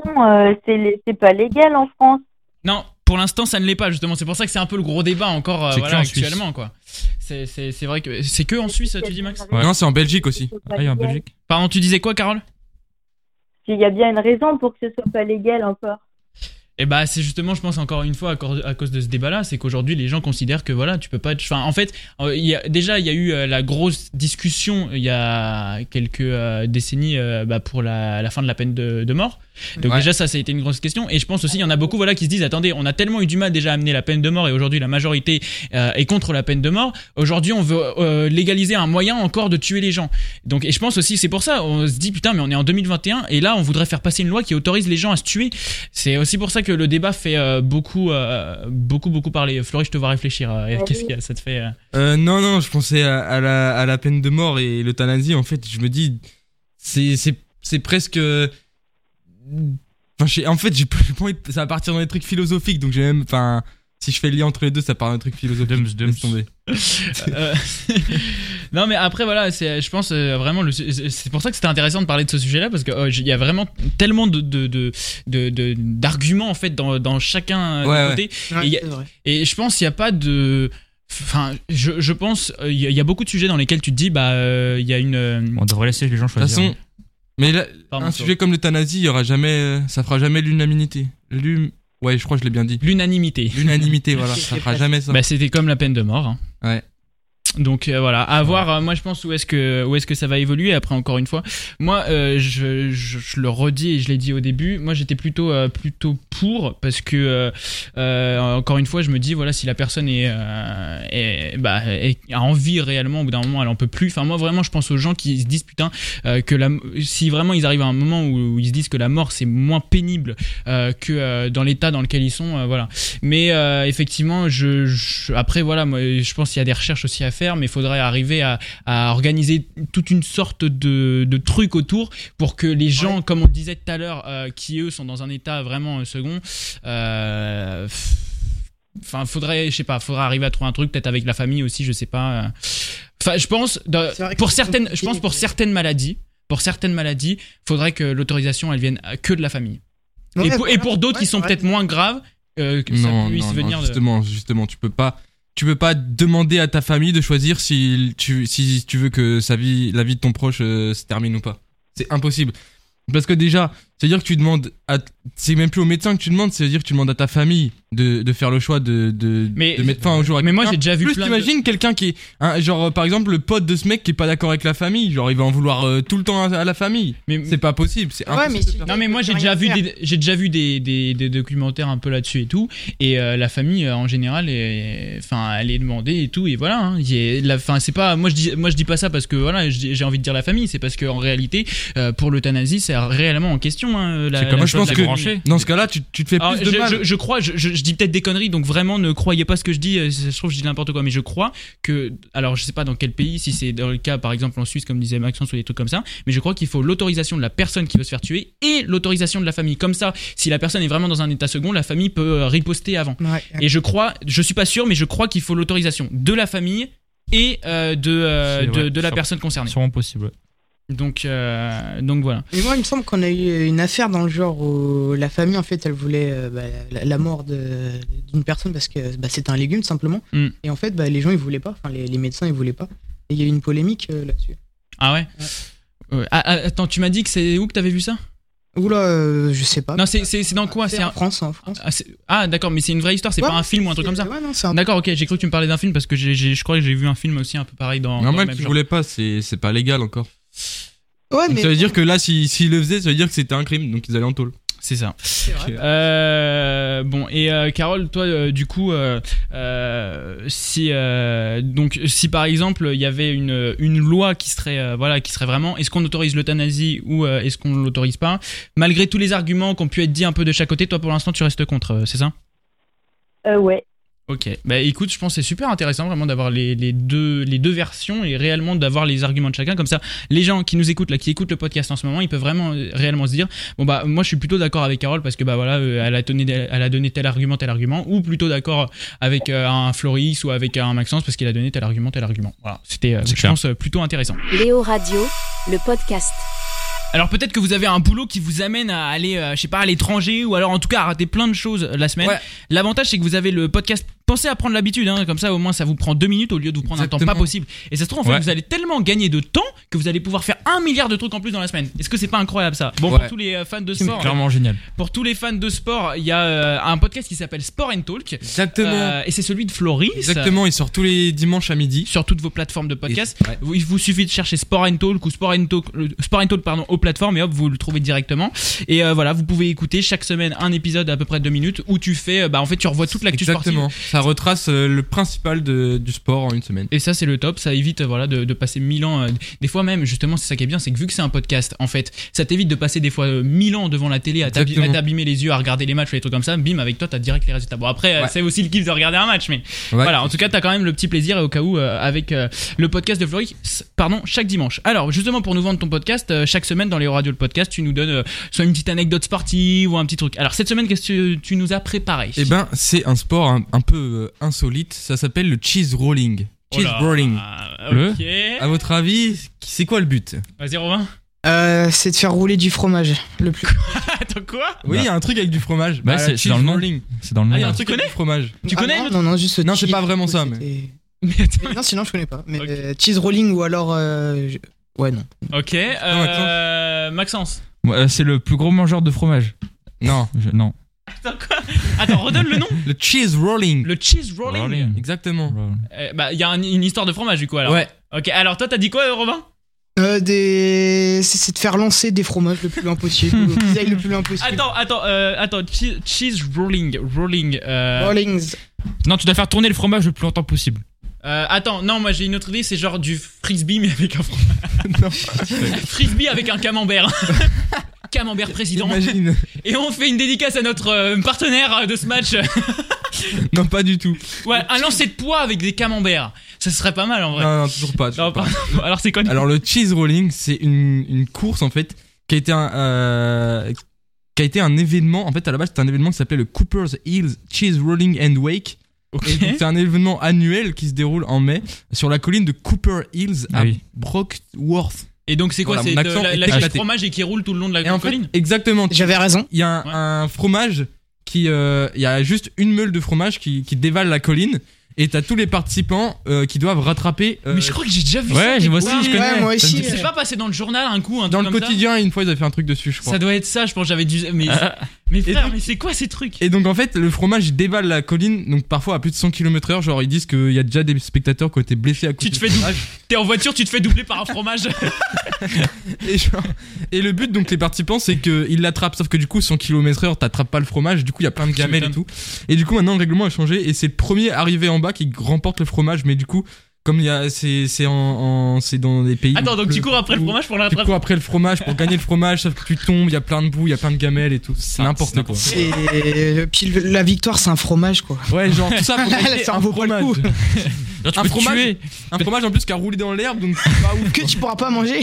Speaker 7: toute façon, euh, c'est lé- c'est pas légal en France.
Speaker 2: Non, pour l'instant, ça ne l'est pas justement. C'est pour ça que c'est un peu le gros débat encore euh,
Speaker 3: C'est que
Speaker 2: voilà,
Speaker 3: en Suisse.
Speaker 2: actuellement quoi. C'est c'est c'est vrai que c'est que en Suisse, tu dis
Speaker 5: euh,
Speaker 2: Max.
Speaker 3: Ouais.
Speaker 4: Non, c'est en Belgique aussi.
Speaker 7: C'est pas
Speaker 3: Ah, il y a en
Speaker 7: légal.
Speaker 3: Belgique.
Speaker 2: Pardon, tu disais quoi, Carole
Speaker 7: Il y a bien une raison pour que ce soit pas légal encore.
Speaker 2: Et bah c'est justement je pense encore une fois à, cor- à cause de ce débat là c'est qu'aujourd'hui les gens considèrent que voilà tu peux pas être enfin en fait euh, il y a, déjà il y a eu euh, la grosse discussion il y a quelques euh, décennies euh, bah, pour la, la fin de la peine de, de mort donc
Speaker 4: Ouais.
Speaker 2: déjà ça ça a été une grosse question et je pense aussi il y en a beaucoup voilà qui se disent attendez on a tellement eu du mal déjà à amener la peine de mort et aujourd'hui la majorité euh, est contre la peine de mort aujourd'hui on veut euh, légaliser un moyen encore de tuer les gens donc et je pense aussi c'est pour ça on se dit putain mais on est en 2021 et là on voudrait faire passer une loi qui autorise les gens à se tuer c'est aussi pour ça que le débat fait euh, beaucoup, euh, beaucoup, beaucoup parler. Florie, je te vois réfléchir. euh, et
Speaker 7: Ah
Speaker 2: Qu'est-ce
Speaker 7: oui.
Speaker 2: que ça te fait euh,
Speaker 4: Euh, non, non, je pensais à, à la, à la peine de mort et l'euthanasie. En fait, je me dis, c'est, c'est, c'est presque. euh, Enfin, je sais- en fait, j'ai pas j'ai pas envie de- ça va partir dans des trucs philosophiques. Donc, j'ai même. Enfin, si je fais le lien entre les deux, ça part dans des trucs philosophiques.
Speaker 3: Dums, dums.
Speaker 4: Laisse tomber.
Speaker 2: euh, Non, mais après, voilà, c'est, je pense euh, vraiment. le- c'est pour ça que c'était intéressant de parler de ce sujet-là parce qu'il y a vraiment tellement de, de, de, de- de- d'arguments en fait dans, dans chacun euh,
Speaker 4: Ouais, ouais.
Speaker 2: côté.
Speaker 5: Ouais,
Speaker 2: il y a-
Speaker 5: c'est vrai.
Speaker 2: Et je pense qu'il n'y a pas de. Enfin, je, je pense, euh, il y, a- il y a beaucoup de sujets dans lesquels tu te dis, bah, euh, il y a une. euh,
Speaker 3: On devrait laisser les gens
Speaker 4: De toute
Speaker 3: choisir.
Speaker 4: façon, mais là,
Speaker 2: Pardon,
Speaker 4: un
Speaker 2: Flo.
Speaker 4: sujet comme l'euthanasie, il y aura jamais, euh, ça fera jamais l'unanimité. L'um, ouais, je crois que je l'ai bien dit.
Speaker 2: l'unanimité.
Speaker 4: L'unanimité, voilà, ça fera jamais ça.
Speaker 2: Bah, c'était comme la peine de mort. hein.
Speaker 4: Ouais.
Speaker 2: Donc euh, voilà, à voir. euh, moi, je pense où est-ce que où est-ce que ça va évoluer. Après, encore une fois, moi, euh, je, je, je le redis et je l'ai dit au début. Moi, j'étais plutôt euh, plutôt pour parce que euh, euh, encore une fois, je me dis voilà, si la personne est, euh, est- bah, est- a envie réellement, au bout d'un moment, elle en peut plus. Enfin, moi, vraiment, je pense aux gens qui se disent putain euh, que la, si vraiment ils arrivent à un moment où, où ils se disent que la mort c'est moins pénible euh, que euh, dans l'état dans lequel ils sont. euh, voilà. Mais euh, effectivement, je, je- après voilà, moi, je pense qu'il y a des recherches aussi à faire, mais il faudrait arriver à, à organiser toute une sorte de, de truc autour pour que les gens, comme on disait tout à l'heure, euh, qui eux sont dans un état vraiment euh, second, euh, f- enfin faudrait, je sais pas, faudrait arriver à trouver un truc peut-être avec la famille aussi, je sais pas. euh. Enfin, je pense dans-
Speaker 5: C'est vrai que
Speaker 2: pour
Speaker 5: c'est
Speaker 2: certaines, je
Speaker 5: compliqué,
Speaker 2: pense pour
Speaker 5: mais-
Speaker 2: certaines maladies. Pour certaines maladies, faudrait que l'autorisation elle vienne que de la famille. et,
Speaker 5: Ouais,
Speaker 2: pour, et
Speaker 5: voilà.
Speaker 2: pour d'autres
Speaker 5: Ouais,
Speaker 2: qui
Speaker 5: c'est
Speaker 2: sont
Speaker 5: vrai.
Speaker 2: peut-être moins graves, euh, que ça
Speaker 4: non,
Speaker 2: puisse
Speaker 4: non, non,
Speaker 2: venir de.
Speaker 4: justement, justement, tu peux pas, tu peux pas demander à ta famille de choisir si tu, si tu veux que sa vie, la vie de ton proche euh, se termine ou pas. C'est impossible. Parce que déjà, c'est à dire que tu demandes, à, c'est même plus au médecin que tu demandes, c'est à dire que tu demandes à ta famille. de, de faire le choix de, de,
Speaker 2: Mais-
Speaker 4: de mettre fin au jour.
Speaker 2: mais moi, j'ai déjà vu
Speaker 4: Plus
Speaker 2: plein de-
Speaker 4: t'imagines quelqu'un qui est hein, genre euh, par exemple le pote de ce mec qui est pas d'accord avec la famille, genre il va en vouloir euh, tout le temps à, à la famille.
Speaker 2: Mais-
Speaker 4: C'est pas possible, c'est
Speaker 5: Ouais,
Speaker 4: impossible
Speaker 5: mais
Speaker 4: de
Speaker 5: si-
Speaker 4: faire.
Speaker 2: Non mais moi j'ai déjà vu des j'ai déjà vu des, des, des documentaires un peu là-dessus et tout et euh, la famille euh, en général est- enfin elle est demandée et tout et voilà hein. Il y a la enfin c'est pas moi je dis moi je dis pas ça parce que voilà je dis- j'ai envie de dire la famille c'est parce que en réalité euh, pour l'euthanasie c'est réellement en question hein, la,
Speaker 3: C'est comme
Speaker 2: la
Speaker 4: Moi, je
Speaker 2: chose
Speaker 4: pense
Speaker 2: de la
Speaker 4: que
Speaker 2: branchée.
Speaker 4: dans ce cas-là, tu, tu te fais
Speaker 2: Alors,
Speaker 4: plus
Speaker 2: je,
Speaker 4: de mal.
Speaker 2: je- je crois, je, je- je dis peut-être des conneries, donc vraiment ne croyez pas ce que je dis. euh, Je trouve que je dis n'importe quoi, mais je crois que, alors je sais pas dans quel pays, si c'est dans le cas par exemple en Suisse, comme disait Maxence ou des trucs comme ça, mais je crois qu'il faut l'autorisation de la personne qui veut se faire tuer et l'autorisation de la famille. Comme ça, si la personne est vraiment dans un état second, la famille peut euh, riposter avant.
Speaker 5: Ouais.
Speaker 2: Et je crois, je suis pas sûr, mais je crois qu'il faut l'autorisation de la famille et euh, de, euh,
Speaker 3: C'est
Speaker 2: de,
Speaker 3: vrai,
Speaker 2: de la
Speaker 3: sûr.
Speaker 2: personne concernée.
Speaker 3: Sûrement possible.
Speaker 2: Donc, euh, donc voilà.
Speaker 5: Mais moi, il me semble qu'on a eu une affaire dans le genre où la famille, en fait, elle voulait euh, bah, la, la mort de- d'une personne parce que bah, c'était un légume, simplement.
Speaker 2: Mm.
Speaker 5: Et en fait, bah, les gens, ils voulaient pas. Enfin, les, les médecins, ils voulaient pas. Et il y a eu une polémique euh, là-dessus.
Speaker 2: Ah ouais, Ouais. Ah, ah, Attends, tu m'as dit que c'est où que t'avais vu ça
Speaker 5: Oula, euh, je sais pas.
Speaker 2: Non, c'est c'est- c'est dans quoi
Speaker 5: C'est
Speaker 2: C'est
Speaker 5: en
Speaker 2: un-
Speaker 5: France, en France.
Speaker 2: Ah, c'est- Ah, d'accord, mais c'est une vraie histoire, c'est
Speaker 5: Ouais,
Speaker 2: pas un film ou un truc comme ça.
Speaker 5: Ouais, non, c'est un
Speaker 2: D'accord, ok, j'ai cru que tu me parlais d'un film parce que j'ai, j'ai- je crois que j'ai vu un film aussi un peu pareil dans. dans le
Speaker 4: Normal
Speaker 2: même
Speaker 4: qu'il
Speaker 2: genre.
Speaker 4: voulait pas, c'est c'est pas légal encore.
Speaker 5: Ouais,
Speaker 4: Donc,
Speaker 5: mais
Speaker 4: Ça veut dire que là, s'il si, s'il le faisait, ça veut dire que c'était un crime, donc ils allaient en tôle.
Speaker 2: C'est ça. Euh, bon, et euh, Carole, toi, euh, du coup, euh, euh, si, euh, donc, si par exemple il y avait une, une loi qui serait, euh, voilà, qui serait vraiment est-ce qu'on autorise l'euthanasie ou euh, est-ce qu'on ne l'autorise pas, malgré tous les arguments qu'on pu être dit un peu de chaque côté, toi pour l'instant tu restes contre, euh, c'est ça
Speaker 7: Euh, ouais.
Speaker 2: Ok, bah écoute, je pense que c'est super intéressant vraiment d'avoir les, les deux, les deux versions et réellement d'avoir les arguments de chacun. Comme ça, les gens qui nous écoutent, là, qui écoutent le podcast en ce moment, ils peuvent vraiment euh, réellement se dire bon bah moi je suis plutôt d'accord avec Carole parce que bah voilà, euh, elle a, donné, elle a donné tel argument, tel argument, ou plutôt d'accord avec euh, un Floris ou avec un Maxence parce qu'il a donné tel argument, tel argument. Voilà, c'était, euh,
Speaker 3: C'est
Speaker 2: je
Speaker 3: clair.
Speaker 2: pense, euh, plutôt intéressant.
Speaker 1: Léo Radio, le podcast.
Speaker 2: Alors peut-être que vous avez un boulot qui vous amène à aller, euh, je sais pas, à l'étranger ou alors en tout cas à rater plein de choses euh, la semaine.
Speaker 4: Ouais.
Speaker 2: L'avantage c'est que vous avez le podcast. Pensez à prendre l'habitude, hein, comme ça au moins ça vous prend deux minutes au lieu de vous prendre un temps
Speaker 4: Exactement.
Speaker 2: pas possible. Et ça se trouve en fait
Speaker 3: Ouais.
Speaker 2: vous allez tellement gagner de temps que vous allez pouvoir faire un milliard de trucs en plus dans la semaine. Est-ce que c'est pas incroyable ça Bon pour
Speaker 4: Ouais.
Speaker 2: tous les euh, fans de
Speaker 3: C'est
Speaker 2: sport,
Speaker 3: clairement génial.
Speaker 2: pour tous les fans de sport, il y a euh, un podcast qui s'appelle Sport and Talk
Speaker 4: Exactement.
Speaker 2: Euh, et c'est celui de Floris.
Speaker 4: Exactement, il sort tous les dimanches à midi.
Speaker 2: Sur toutes vos plateformes de podcast.
Speaker 4: Et- ouais.
Speaker 2: Vous- Il vous suffit de chercher Sport and Talk ou Sport and Talk, le- Sport and Talk, pardon, aux plateformes et hop, vous le trouvez directement. Et euh, voilà, vous pouvez écouter chaque semaine un épisode d'à peu près deux minutes où tu fais, euh, bah en fait, tu revois toute l'actu sportive.
Speaker 4: Exactement. Ça retrace euh, le principal de- du sport en une semaine.
Speaker 2: Et ça, c'est le top. Ça évite, euh, voilà, de, de passer mille ans. euh, des fois même, justement, c'est ça qui est bien, c'est que vu que c'est un podcast, en fait, ça t'évite de passer des fois euh, mille ans devant la télé à t'abî-
Speaker 4: Exactement.
Speaker 2: à t'abîmer les yeux, à regarder les matchs ou les trucs comme ça. Bim, avec toi, t'as direct les résultats. Bon, après, euh,
Speaker 4: Ouais.
Speaker 2: c'est aussi le kiff de regarder un match, mais
Speaker 4: Ouais.
Speaker 2: voilà, en tout cas, t'as quand même le petit plaisir au cas où euh, avec euh, le podcast de Floris, pardon, chaque dimanche. Alors, justement, pour nous vendre ton podcast, euh, chaque semaine dans les radios de podcast, tu nous donnes euh, soit une petite anecdote sportive ou un petit truc. Alors, cette semaine, qu'est-ce que tu nous as préparé
Speaker 4: Eh ben, c'est un sport un, un peu euh, insolite. Ça s'appelle le cheese rolling.
Speaker 2: Oh
Speaker 4: Cheese
Speaker 2: là,
Speaker 4: rolling.
Speaker 2: euh, Ok.
Speaker 4: À votre avis, qui- c'est quoi le but
Speaker 2: Vas-y, Romain.
Speaker 5: Euh, c'est de faire rouler du fromage le plus.
Speaker 2: Attends, quoi
Speaker 4: Oui, il y a un truc avec du fromage.
Speaker 3: Bah, c'est-
Speaker 4: le
Speaker 3: c'est
Speaker 4: cheese
Speaker 3: dans le nom.
Speaker 4: rolling.
Speaker 3: C'est dans le
Speaker 4: Ah, il y
Speaker 3: monde.
Speaker 4: a un
Speaker 2: Tu
Speaker 4: truc avec
Speaker 2: connais
Speaker 4: du fromage.
Speaker 2: Tu
Speaker 5: Ah
Speaker 2: connais
Speaker 5: non,
Speaker 2: le-
Speaker 5: non, non, juste.
Speaker 4: Non, c'est
Speaker 5: cheese,
Speaker 4: pas vraiment ça, mais-
Speaker 5: c'était-
Speaker 2: Mais attends.
Speaker 5: Mais non, sinon je connais pas. Mais
Speaker 2: Ok.
Speaker 5: euh, cheese rolling ou alors. euh, je- Ouais, non.
Speaker 2: Ok, euh, Maxence.
Speaker 3: Ouais, euh, C'est le plus gros mangeur de fromage.
Speaker 4: Non,
Speaker 3: Je- non.
Speaker 2: Attends, quoi Attends, redonne le nom.
Speaker 4: le cheese rolling.
Speaker 2: Le cheese rolling.
Speaker 4: Exactement.
Speaker 2: Euh, bah, il y a un- une histoire de fromage, du coup, alors.
Speaker 4: Ouais.
Speaker 2: Ok, alors toi, t'as dit quoi, euh, Romain
Speaker 5: Euh, des... C'est c'est de faire lancer des fromages le plus loin possible, ou qu'ils aillent le plus loin possible.
Speaker 2: Attends, attends, euh, attends, cheese, cheese rolling, rolling. euh,
Speaker 5: Rollings.
Speaker 3: Non, tu dois faire tourner le fromage le plus longtemps possible.
Speaker 2: euh, attends, non, moi j'ai une autre idée, c'est genre du frisbee mais avec un fromage. frisbee avec un camembert. camembert président.
Speaker 4: Imagine.
Speaker 2: Et on fait une dédicace à notre euh, partenaire euh, de ce match.
Speaker 4: non, pas du tout.
Speaker 2: ouais, un lancer de poids avec des camemberts. Ça serait pas mal en vrai.
Speaker 4: Non, non, toujours pas. toujours
Speaker 2: Non,
Speaker 4: pas.
Speaker 2: pardon. Alors c'est quoi
Speaker 4: Alors le cheese rolling, c'est une, une course en fait qui a été un euh, qui a été un événement. En fait, à la base, c'était un événement qui s'appelait le Cooper's Hills Cheese Rolling and Wake.
Speaker 2: Ok.
Speaker 4: Et donc, C'est un événement annuel qui se déroule en mai sur la colline de Cooper Hills à
Speaker 3: Ah oui.
Speaker 4: Brockworth.
Speaker 2: Et donc c'est quoi
Speaker 4: Voilà,
Speaker 2: C'est
Speaker 4: mon
Speaker 2: de
Speaker 4: accent
Speaker 2: la,
Speaker 4: est
Speaker 2: la chaise
Speaker 4: éclaté.
Speaker 2: fromage et qui roule tout le long de la
Speaker 4: Et en fait,
Speaker 2: colline
Speaker 4: exactement.
Speaker 5: J'avais raison.
Speaker 4: Il y a un,
Speaker 2: Ouais.
Speaker 4: un fromage qui, euh, il y a juste une meule de fromage qui, qui dévale la colline. Et t'as tous les participants euh, qui doivent rattraper. euh,
Speaker 2: Mais je crois que j'ai déjà vu ça.
Speaker 3: Ouais,
Speaker 2: quelque
Speaker 3: j'ai moi aussi,
Speaker 2: part.
Speaker 3: je
Speaker 5: Ouais,
Speaker 3: connais.
Speaker 5: moi aussi. euh,
Speaker 2: C'est pas passé dans le journal un coup, un
Speaker 4: dans
Speaker 2: truc
Speaker 4: le
Speaker 2: comme ça
Speaker 4: quotidien, une fois ils avaient fait un truc dessus, je crois.
Speaker 2: Ça doit être ça, je pense. que J'avais dû. Mais Mais
Speaker 4: Et
Speaker 2: frère,
Speaker 4: donc-
Speaker 2: mais c'est quoi ces trucs
Speaker 4: Et donc en fait, le fromage il déballe la colline, donc parfois à plus de 100 km/h. Genre ils disent qu'il y a déjà des spectateurs qui ont été blessés à
Speaker 2: Tu
Speaker 4: cause
Speaker 2: te
Speaker 4: du
Speaker 2: fais
Speaker 4: fromage.
Speaker 2: T'es en voiture, tu te fais doubler par un fromage.
Speaker 4: Et, genre- et le but donc les participants c'est qu'ils l'attrapent, sauf que du coup 100 km/h t'attrapes pas le fromage, du coup il y a plein de gamelles et
Speaker 2: m'étonnes.
Speaker 4: tout. Et du coup maintenant le règlement a changé et c'est le premier arrivé en bas qui remporte le fromage, mais du coup comme il y a c'est c'est en, en- c'est dans des pays.
Speaker 2: Attends, donc
Speaker 4: où
Speaker 2: tu cours après le
Speaker 4: où-
Speaker 2: fromage pour
Speaker 4: tu
Speaker 2: l'attraper.
Speaker 4: cours après le fromage pour gagner le fromage, sauf que tu tombes, il y a plein de boue, il y a plein de gamelles et tout. C'est
Speaker 3: Ah,
Speaker 4: n'importe
Speaker 3: c'est
Speaker 4: quoi.
Speaker 5: Et euh, puis le- la victoire, c'est un fromage, quoi.
Speaker 4: Ouais, genre tout ça pour
Speaker 5: Là,
Speaker 4: gagner
Speaker 5: ça
Speaker 4: Ah, un
Speaker 5: vaut pas le
Speaker 4: fromage.
Speaker 5: coup.
Speaker 3: Genre, tu
Speaker 4: Un
Speaker 3: peux
Speaker 4: fromage.
Speaker 3: tuer.
Speaker 4: Un fromage en plus qui a roulé dans l'herbe, donc c'est pas ouf.
Speaker 5: Que tu pourras pas manger.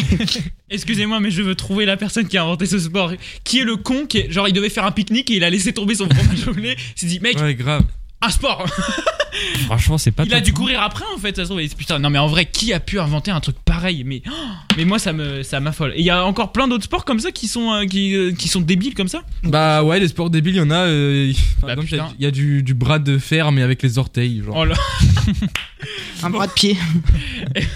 Speaker 2: Excusez-moi, mais je veux trouver la personne qui a inventé ce sport. Qui est le con qui, est- genre, il devait faire un pique-nique et il a laissé tomber son fromage au nez. Il s'est dit, mec,
Speaker 4: Ouais, grave.
Speaker 2: un sport
Speaker 3: Franchement, c'est pas
Speaker 2: Il a
Speaker 3: top.
Speaker 2: dû courir après, en fait, ça se trouve. Et c'est- Putain, non, mais en vrai, qui a pu inventer un truc pareil Mais, oh, mais moi, ça me, ça m'affole. Et il y a encore plein d'autres sports comme ça qui sont, euh, qui, euh, qui sont débiles comme ça.
Speaker 4: Bah ouais, les sports débiles, il y en a. euh, par
Speaker 2: Bah,
Speaker 4: exemple, il y a-
Speaker 2: putain.
Speaker 4: il y a du, du bras de fer, mais avec les orteils. Genre.
Speaker 2: Oh là.
Speaker 5: Un bras de pied.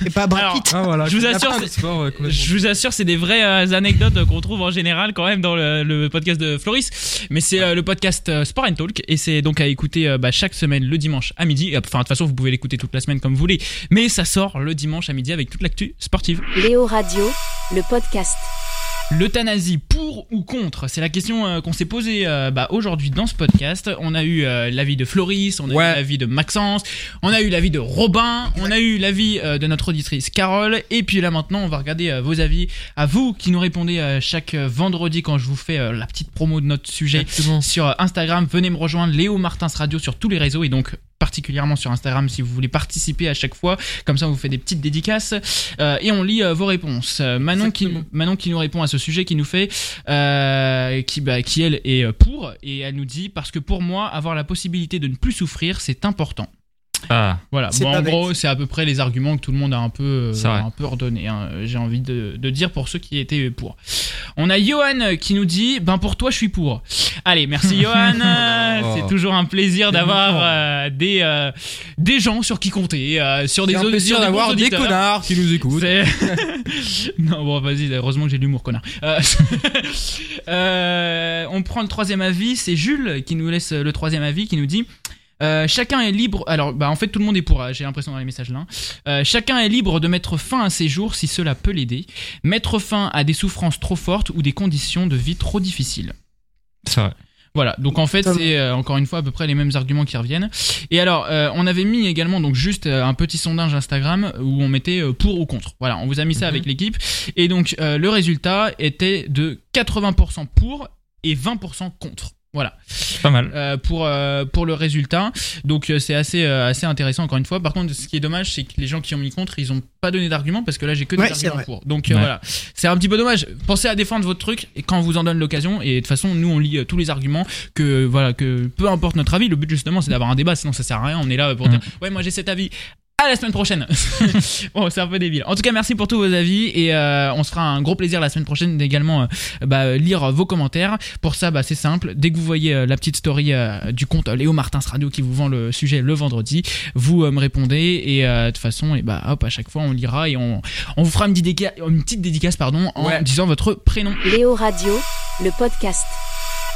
Speaker 5: Et pas bras
Speaker 2: Alors,
Speaker 5: de pit.
Speaker 4: Ah, voilà.
Speaker 2: Je vous
Speaker 4: Il y a
Speaker 2: assure,
Speaker 4: plein de
Speaker 2: c'est-
Speaker 4: sports, euh, complètement-
Speaker 2: Je vous assure, c'est des vraies euh, anecdotes euh, qu'on trouve en général quand même dans le, le podcast de Floris. Mais c'est euh, le podcast euh, Sport and Talk et c'est donc à écouter euh, bah, chaque semaine le dimanche à midi. Enfin, de toute façon, vous pouvez l'écouter toute la semaine comme vous voulez. Mais ça sort le dimanche à midi avec toute l'actu sportive.
Speaker 1: Léo Radio, le podcast.
Speaker 2: L'euthanasie pour ou contre C'est la question euh, qu'on s'est posée euh, bah, aujourd'hui dans ce podcast. On a eu euh, l'avis de Floris, on a
Speaker 4: Ouais.
Speaker 2: eu l'avis de Maxence, on a eu l'avis de Robin, on a eu l'avis euh, de notre auditrice Carole. Et puis là maintenant, on va regarder euh, vos avis à vous qui nous répondez euh, chaque euh, vendredi quand je vous fais euh, la petite promo de notre sujet
Speaker 4: Exactement.
Speaker 2: sur euh, Instagram. Venez me rejoindre, Léo Martins Radio sur tous les réseaux et donc particulièrement sur Instagram si vous voulez participer à chaque fois. Comme ça, on vous fait des petites dédicaces euh, et on lit euh, vos réponses. Euh, Manon qui,
Speaker 4: Exactement.
Speaker 2: Manon qui nous répond à ce sujet, qui nous fait, euh, qui, bah, qui elle est euh, pour et elle nous dit parce que pour moi, avoir la possibilité de ne plus souffrir, c'est important.
Speaker 3: Ah,
Speaker 2: Voilà,
Speaker 5: C'est
Speaker 2: Bon,
Speaker 5: pas
Speaker 2: en
Speaker 5: bête.
Speaker 2: gros, c'est à peu près les arguments que tout le monde a un peu, euh,
Speaker 3: C'est vrai.
Speaker 2: un peu ordonné. hein. J'ai envie de, de dire pour ceux qui étaient pour. On a Johan qui nous dit Ben pour toi, je suis pour. Allez, merci Johan. Euh,
Speaker 4: Oh.
Speaker 2: c'est toujours un plaisir
Speaker 4: C'est
Speaker 2: d'avoir
Speaker 4: mignon.
Speaker 2: euh, des, euh, des gens sur qui compter, euh, sur des
Speaker 4: C'est un
Speaker 2: au-
Speaker 4: plaisir
Speaker 2: sur des bons
Speaker 4: d'avoir des
Speaker 2: auditeurs.
Speaker 4: connards qui nous écoutent.
Speaker 2: C'est- non, bon, vas-y, heureusement que j'ai de l'humour, connard. Euh, euh, on prend le troisième avis, c'est Jules qui nous laisse le troisième avis, qui nous dit. euh, chacun est libre. Alors, bah, en fait, tout le monde est pour. euh, J'ai l'impression dans les messages là. Euh, chacun est libre de mettre fin à ses jours si cela peut l'aider. Mettre fin à des souffrances trop fortes ou des conditions de vie trop difficiles.
Speaker 3: c'est vrai.
Speaker 2: Voilà, donc en fait,
Speaker 5: Ça va.
Speaker 2: c'est euh, encore une fois à peu près les mêmes arguments qui reviennent. Et alors, euh, on avait mis également donc juste euh, un petit sondage Instagram où on mettait euh, pour ou contre. Voilà, on vous a mis ça avec l'équipe. Et donc, euh, le résultat était de 80% pour et 20% contre. Voilà,
Speaker 3: C'est pas
Speaker 5: Mm.
Speaker 3: mal.
Speaker 2: euh, pour, euh, pour le résultat. Donc, euh, c'est assez, euh, assez intéressant encore une fois. Par contre, ce qui est dommage, c'est que les gens qui ont mis contre, ils ont pas donné d'argument parce que là, j'ai que des
Speaker 5: Ouais, c'est
Speaker 2: arguments
Speaker 5: vrai.
Speaker 2: pour. Donc, euh,
Speaker 3: Ouais.
Speaker 2: voilà, c'est un petit peu dommage. Pensez à défendre votre truc et quand on vous en donne l'occasion. Et de toute façon, nous, on lit euh, tous les arguments que voilà que peu importe notre avis le but justement c'est d'avoir un débat sinon ça sert à rien on est là pour
Speaker 3: Mm.
Speaker 2: dire ouais moi j'ai cet avis à la semaine prochaine bon c'est un peu débile en tout cas merci pour tous vos avis et euh, on se fera un gros plaisir la semaine prochaine d'également euh, bah, euh, lire vos commentaires pour ça bah, c'est simple dès que vous voyez euh, la petite story euh, du compte Léo Martins Radio qui vous vend le sujet le vendredi vous euh, me répondez et euh, de toute façon et bah hop à chaque fois on lira et on, on vous fera une, petite dédica- une petite dédicace pardon en
Speaker 4: Ouais.
Speaker 2: disant votre prénom
Speaker 1: Léo Radio, le podcast.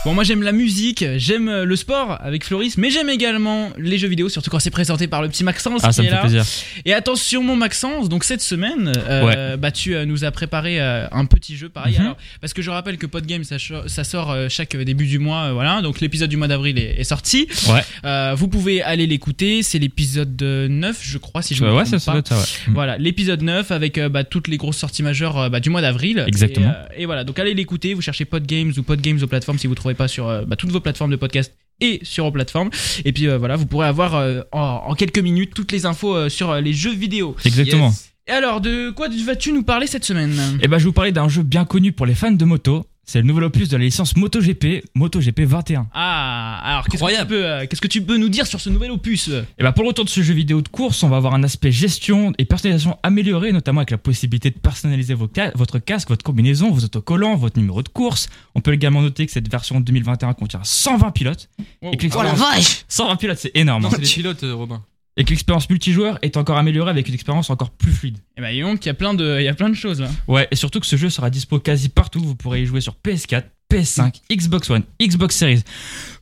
Speaker 2: Bon, moi j'aime la musique, j'aime euh, le sport avec Floris, mais j'aime également les jeux vidéo, surtout quand c'est présenté par le petit Maxence
Speaker 3: Ah,
Speaker 2: qui
Speaker 3: ça me
Speaker 2: est
Speaker 3: fait
Speaker 2: là.
Speaker 3: plaisir.
Speaker 2: Et attention, mon Maxence, donc cette semaine, euh, bah, tu euh, nous as préparé euh, un petit jeu pareil.
Speaker 3: Mhm.
Speaker 2: Alors, parce que je rappelle que Podgame ça, cho- ça sort euh, chaque début du mois, euh, voilà. Donc l'épisode du mois d'avril est, est sorti.
Speaker 3: Ouais.
Speaker 2: Euh, vous pouvez aller l'écouter, c'est l'épisode euh, 9, je crois, si je me
Speaker 3: ouais,
Speaker 2: trompe
Speaker 3: ça, ça
Speaker 2: pas.
Speaker 3: doit être ça, ouais. Mm.
Speaker 2: Voilà, l'épisode 9 avec euh, bah, toutes les grosses sorties majeures euh, bah, du mois d'avril.
Speaker 3: Exactement.
Speaker 2: Et, euh, et voilà, donc allez l'écouter, vous cherchez Podgames ou Podgames aux plateformes si vous ne trouvez pas sur euh, bah, toutes vos plateformes de podcast et sur vos plateformes. Et puis euh, voilà, vous pourrez avoir euh, en, en quelques minutes toutes les infos euh, sur euh, les jeux vidéo.
Speaker 3: Exactement.
Speaker 4: Yes.
Speaker 2: Et alors, de quoi vas-tu nous parler cette semaine
Speaker 3: Et ben, je vais vous parler d'un jeu bien connu pour les fans de moto. C'est le nouvel opus de la licence MotoGP, MotoGP 21.
Speaker 2: Ah, alors qu'est-ce que, tu
Speaker 4: Incroyable.
Speaker 2: peux, euh, qu'est-ce que tu peux nous dire sur ce nouvel opus
Speaker 3: Et ben, pour le retour de ce jeu vidéo de course, on va avoir un aspect gestion et personnalisation amélioré, notamment avec la possibilité de personnaliser vos ca- votre casque, votre combinaison, vos autocollants, votre numéro de course. On peut également noter que cette version 2021 contient 120 pilotes. Et que
Speaker 5: Oh la
Speaker 3: l'expérience-
Speaker 5: vache
Speaker 3: 120 pilotes, c'est énorme.
Speaker 4: Non,
Speaker 3: hein.
Speaker 4: c'est les pilotes, euh, Robin.
Speaker 3: Et que l'expérience multijoueur est encore améliorée avec une expérience encore plus fluide.
Speaker 2: Eh ben, dis donc, il y a plein de, il y a plein de choses là.
Speaker 3: Ouais, et surtout que ce jeu sera dispo quasi partout. Vous pourrez y jouer sur PS4, PS5, Xbox One, Xbox Series,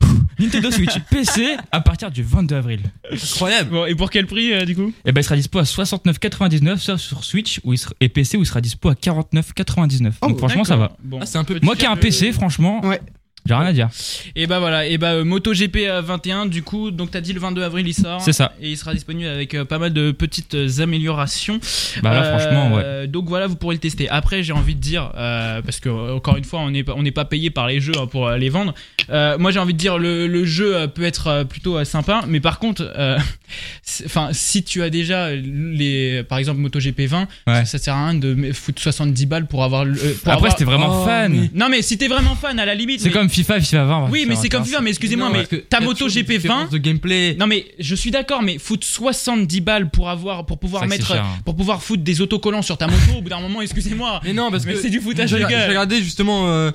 Speaker 3: Nintendo Switch, PC à partir du 22 avril.
Speaker 4: Incroyable.
Speaker 2: Bon, et pour quel prix euh, du coup
Speaker 3: Et ben il sera dispo à 69,99 sauf sur Switch où il sera- et PC où il sera dispo à 49,99.
Speaker 5: Oh,
Speaker 3: Donc franchement ça va.
Speaker 2: D'accord. Bon.
Speaker 4: Ah, c'est un peu.
Speaker 3: Moi qui ai un PC, franchement,
Speaker 5: Ouais.
Speaker 3: j'ai rien à dire.
Speaker 2: Et bah voilà, et bah euh, MotoGP euh, 21, du coup, donc t'as dit le 22 avril il sort.
Speaker 3: C'est ça.
Speaker 2: Et il sera disponible avec euh, pas mal de petites euh, améliorations.
Speaker 3: Bah là
Speaker 2: Euh,
Speaker 3: franchement ouais.
Speaker 2: Donc voilà, vous pourrez le tester. Après, j'ai envie de dire, euh, parce que euh, encore une fois, on n'est pas- on n'est pas payé par les jeux hein, pour euh, les vendre. Euh, moi, j'ai envie de dire, le, le jeu euh, peut être euh, plutôt euh, sympa, mais par contre, euh, c'est- enfin, si tu as déjà les, par exemple, MotoGP 20,
Speaker 3: Ouais.
Speaker 2: ça, ça sert à rien de foutre 70 balles pour avoir. le- euh, pour
Speaker 3: Après
Speaker 2: avoir-
Speaker 3: c'était vraiment
Speaker 4: Oh,
Speaker 3: fan.
Speaker 4: mais-
Speaker 2: Non, mais si t'es vraiment fan, à la limite.
Speaker 3: C'est
Speaker 2: mais-
Speaker 3: comme FIFA, FIFA 20.
Speaker 2: Euh, Oui, mais c'est comme FIFA, mais excusez-moi, mais ta moto GP20.
Speaker 4: de gameplay.
Speaker 2: Non mais je suis d'accord, mais foutre 70 balles pour avoir, pour pouvoir
Speaker 3: C'est vrai que
Speaker 2: mettre,
Speaker 3: c'est cher, hein.
Speaker 2: pour pouvoir foutre des autocollants sur ta moto. au bout d'un moment, excusez-moi.
Speaker 4: Mais non, parce
Speaker 2: Mais
Speaker 4: que
Speaker 2: c'est du foutage
Speaker 4: j'ai
Speaker 2: de
Speaker 4: j'ai
Speaker 2: gueule.
Speaker 4: regardé justement euh,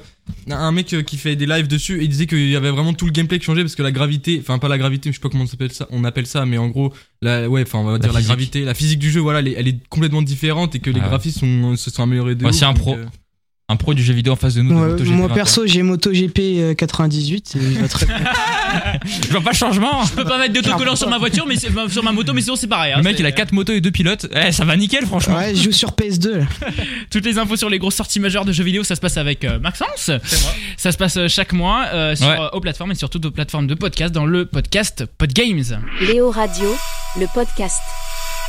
Speaker 4: un mec euh, qui fait des lives dessus et il disait qu'il y avait vraiment tout le gameplay qui changeait parce que la gravité, enfin pas la gravité, je sais pas comment on s'appelle ça, on appelle ça, mais en gros, la, ouais, enfin on va dire la
Speaker 3: physique.
Speaker 4: gravité, la physique du jeu, voilà, elle est, elle est complètement différente et que les
Speaker 3: Ah ouais.
Speaker 4: graphismes sont- se sont améliorés de.
Speaker 3: Ouais,
Speaker 4: ouf,
Speaker 3: c'est un
Speaker 4: donc,
Speaker 3: pro.
Speaker 4: euh,
Speaker 3: Un pro du jeu vidéo en face de nous. de
Speaker 5: Moi,
Speaker 3: MotoGP
Speaker 5: moi,
Speaker 3: 21.
Speaker 5: perso, j'ai MotoGP euh, 98 et il va très bien.
Speaker 3: Je vois pas de changement.
Speaker 2: Je peux pas mettre d'autocollants sur ma voiture, mais c'est- bah, sur ma moto, mais sinon c'est pareil. hein.
Speaker 3: Le mec,
Speaker 2: C'est-
Speaker 3: il a 4 motos et 2 pilotes. Eh, ça va nickel, franchement.
Speaker 5: Ouais, je joue sur PS2. là.
Speaker 2: Toutes les infos sur les grosses sorties majeures de jeux vidéo, ça se passe avec euh, Maxence. Ça se passe euh, chaque mois euh, sur,
Speaker 3: Ouais.
Speaker 2: euh, aux plateformes et sur toutes aux plateformes de podcast dans le podcast Podgames.
Speaker 1: Léo Radio, le podcast.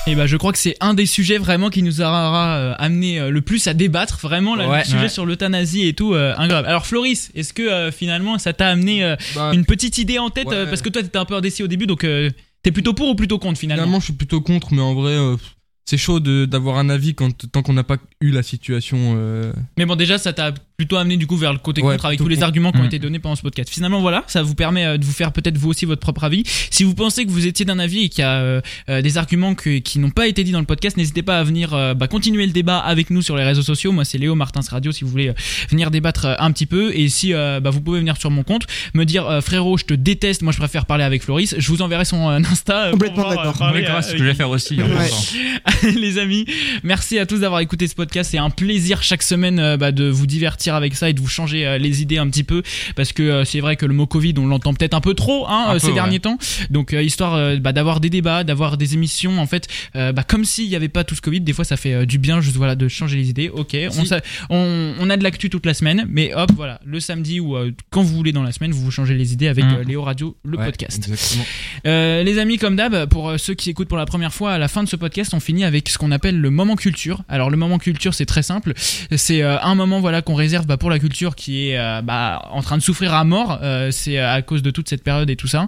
Speaker 2: Et bah je crois que c'est un des sujets vraiment qui nous aura euh, amené euh, le plus à débattre vraiment là,
Speaker 3: Ouais,
Speaker 2: le sujet
Speaker 3: ouais.
Speaker 2: sur l'euthanasie et tout euh, un grave. Alors Floris, est-ce que euh, finalement ça t'a amené euh,
Speaker 4: bah,
Speaker 2: une petite idée en tête
Speaker 4: Ouais.
Speaker 2: euh, parce que toi t'étais un peu indécis au début donc euh, t'es plutôt pour ou plutôt contre finalement
Speaker 4: Finalement, je suis plutôt contre, mais en vrai, euh, pff, c'est chaud de- d'avoir un avis quand, tant qu'on n'a pas eu la situation. euh,
Speaker 2: Mais bon déjà ça t'a plutôt amené du coup vers le côté
Speaker 4: Ouais,
Speaker 2: contre avec
Speaker 4: plutôt
Speaker 2: tous les
Speaker 4: contre.
Speaker 2: arguments qui ont
Speaker 3: Mm.
Speaker 2: été donnés pendant ce podcast. Finalement voilà, ça vous permet euh, de vous faire peut-être vous aussi votre propre avis. Si vous pensez que vous étiez d'un avis et qu'il y a euh, euh, des arguments que- qui n'ont pas été dits dans le podcast, n'hésitez pas à venir euh, bah, continuer le débat avec nous sur les réseaux sociaux. Moi c'est Léo Martins Radio si vous voulez euh, venir débattre euh, un petit peu et si euh, bah, vous pouvez venir sur mon compte me dire euh, frérot je te déteste, moi je préfère parler avec Floris, je vous enverrai son euh, Insta euh,
Speaker 5: Complètement
Speaker 2: pour pouvoir, euh,
Speaker 5: d'accord.
Speaker 2: parler,
Speaker 3: Ouais,
Speaker 2: euh,
Speaker 3: grâce, c'est ce que je vais faire aussi. en
Speaker 5: Ouais.
Speaker 3: pensant.
Speaker 2: les amis, merci à tous d'avoir écouté ce podcast. C'est un plaisir chaque semaine euh, bah, de vous divertir avec ça et de vous changer euh, les idées un petit peu. Parce que euh, c'est vrai que le mot Covid, on l'entend peut-être un peu trop hein,
Speaker 3: Un
Speaker 2: euh,
Speaker 3: peu,
Speaker 2: ces
Speaker 3: ouais.
Speaker 2: derniers temps. Donc, euh, histoire euh, bah, d'avoir des débats, d'avoir des émissions, en fait, euh, bah, comme s'il n'y avait pas tout ce Covid, des fois ça fait euh, du bien juste voilà, de changer les idées. Ok, on,
Speaker 4: Si.
Speaker 2: s'a- on, on a de l'actu toute la semaine, mais hop, voilà, le samedi ou euh, quand vous voulez dans la semaine, vous vous changez les idées avec
Speaker 3: Mm.
Speaker 2: euh, Léo Radio, le
Speaker 4: ouais,
Speaker 2: podcast.
Speaker 4: exactement.
Speaker 2: Euh, les amis, comme d'hab, pour euh, ceux qui écoutent pour la première fois, à la fin de ce podcast, on finit avec ce qu'on appelle le moment culture. Alors le moment culture, c'est très simple. C'est euh, un moment voilà qu'on réserve bah, pour la culture qui est euh, bah, en train de souffrir à mort. Euh, c'est euh, à cause de toute cette période et tout ça.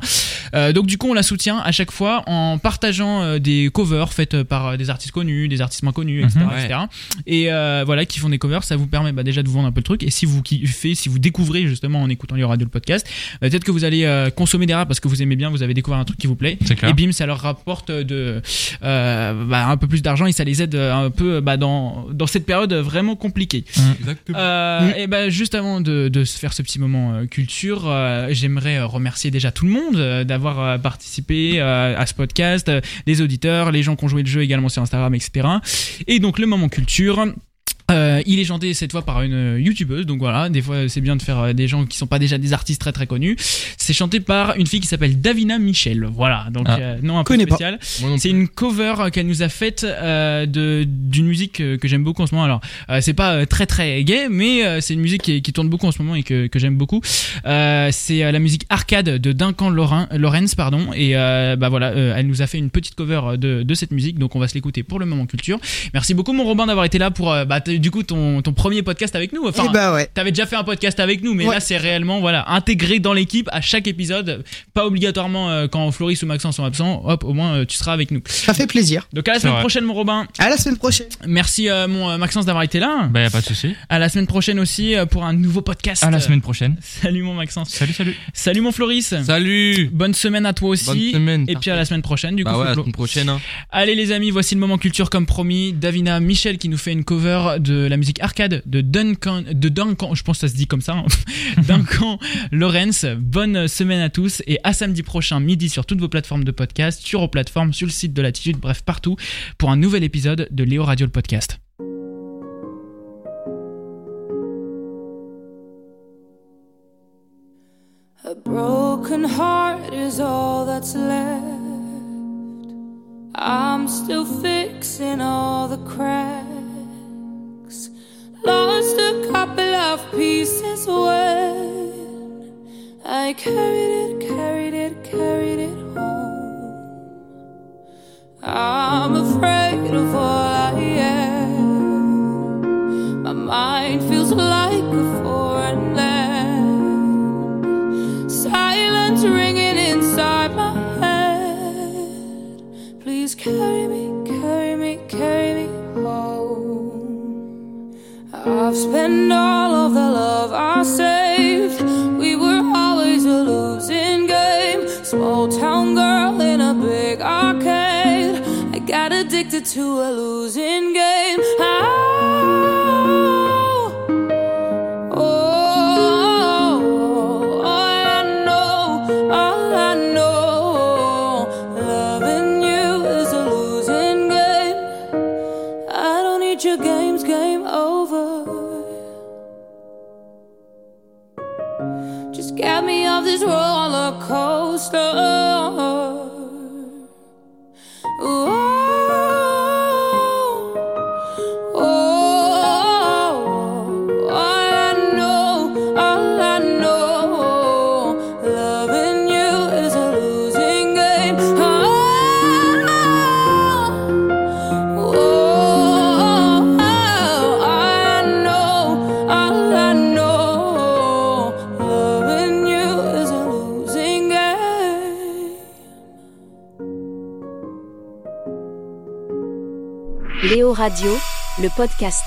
Speaker 2: Euh, donc du coup, on la soutient à chaque fois en partageant euh, des covers faites euh, par euh, des artistes connus, des artistes moins connus, etc.
Speaker 3: Mhm.
Speaker 4: Ouais.
Speaker 2: etc. Et euh, voilà, qui font des covers, ça vous permet bah, déjà de vous vendre un peu le truc. Et si vous kiffez, si vous découvrez justement en écoutant les radio le podcast, euh, peut-être que vous allez euh, consommer des rats parce que vous aimez bien, vous avez découvert un truc qui vous plaît.
Speaker 3: C'est clair.
Speaker 2: Et bim, ça leur rapporte de euh, bah, un peu plus d'argent et ça les aide euh, un peu bah, dans, dans cette période vraiment compliquée.
Speaker 4: Exactement.
Speaker 2: Euh, Et ben juste avant de, de se faire ce petit moment euh, culture, euh, j'aimerais euh, remercier déjà tout le monde euh, d'avoir euh, participé euh, à ce podcast, euh, les auditeurs, les gens qui ont joué le jeu également sur Instagram, etc. Et donc le moment culture. euh, il est chanté cette fois par une euh, youtubeuse, donc voilà, des fois c'est bien de faire euh, des gens qui sont pas déjà des artistes très très connus. C'est chanté par une fille qui s'appelle Davina Michel, voilà, donc
Speaker 3: Ah.
Speaker 2: euh, nom un peu
Speaker 5: Connais pas.
Speaker 2: spécial.
Speaker 4: Moi non
Speaker 2: C'est
Speaker 4: plus.
Speaker 2: une cover euh, qu'elle nous a faite euh, de d'une musique euh, que j'aime beaucoup en ce moment. Alors euh, c'est pas euh, très très gay, mais euh, c'est une musique qui, qui tourne beaucoup en ce moment et que, que j'aime beaucoup. Euh, c'est euh, la musique arcade de Duncan Lorin- Lawrence, pardon. Et euh, bah voilà, euh, elle nous a fait une petite cover euh, de, de cette musique, donc on va se l'écouter pour le moment culture. Merci beaucoup mon Robin d'avoir été là pour euh, bah, t- du coup ton, ton premier podcast avec nous. Enfin,
Speaker 5: Eh bah ouais.
Speaker 2: T'avais déjà fait un podcast avec nous, mais
Speaker 5: Ouais.
Speaker 2: là c'est réellement voilà intégré dans l'équipe à chaque épisode, pas obligatoirement euh, quand Floris ou Maxence sont absents. Hop, au moins euh, tu seras avec nous.
Speaker 5: Ça fait plaisir.
Speaker 2: Donc à la
Speaker 3: C'est
Speaker 2: semaine
Speaker 3: vrai.
Speaker 2: prochaine mon Robin.
Speaker 5: À la semaine prochaine.
Speaker 2: Merci euh, mon euh, Maxence d'avoir été là.
Speaker 3: Bah, y a pas de souci.
Speaker 2: À la semaine prochaine aussi euh, pour un nouveau podcast.
Speaker 3: À la semaine prochaine.
Speaker 2: Salut mon Maxence.
Speaker 3: Salut, salut.
Speaker 2: Salut mon Floris.
Speaker 4: Salut.
Speaker 2: Bonne semaine à toi
Speaker 4: Bonne
Speaker 2: aussi.
Speaker 4: semaine.
Speaker 2: Euh, Et puis à la semaine prochaine du coup.
Speaker 4: bah ouais, à la
Speaker 2: Flo.
Speaker 4: semaine prochaine. hein.
Speaker 2: Allez les amis, voici le moment culture comme promis. Davina Michel qui nous fait une cover de la musique arcade de Duncan, de Duncan je pense que ça se dit comme ça, hein. Duncan Lawrence. Bonne semaine à tous et à samedi prochain midi sur toutes vos plateformes de podcast, sur vos plateformes, sur le site de Latitude, bref partout, pour un nouvel épisode de Léo Radio le podcast.
Speaker 8: is all that's left. I'm still fixing all the cracks. Lost a couple of pieces when I carried it, carried it, carried it home. I'm afraid of all I am. My mind feels like a foreign land. Silence ringing inside my head. Please carry me, carry me, carry me home. I've spent all of the love I saved. We were always a losing game. Small town girl in a big arcade. I got addicted to a losing game. How? Oh, all I know, all I know, loving you is a losing game. I don't need your games, game over. Just get me off this roller coaster. Ooh. Oh, all I know, all I know, loving you is a losing game. Oh, oh, all I know, all I know, loving you is a losing game.
Speaker 1: Léo Radio, le podcast.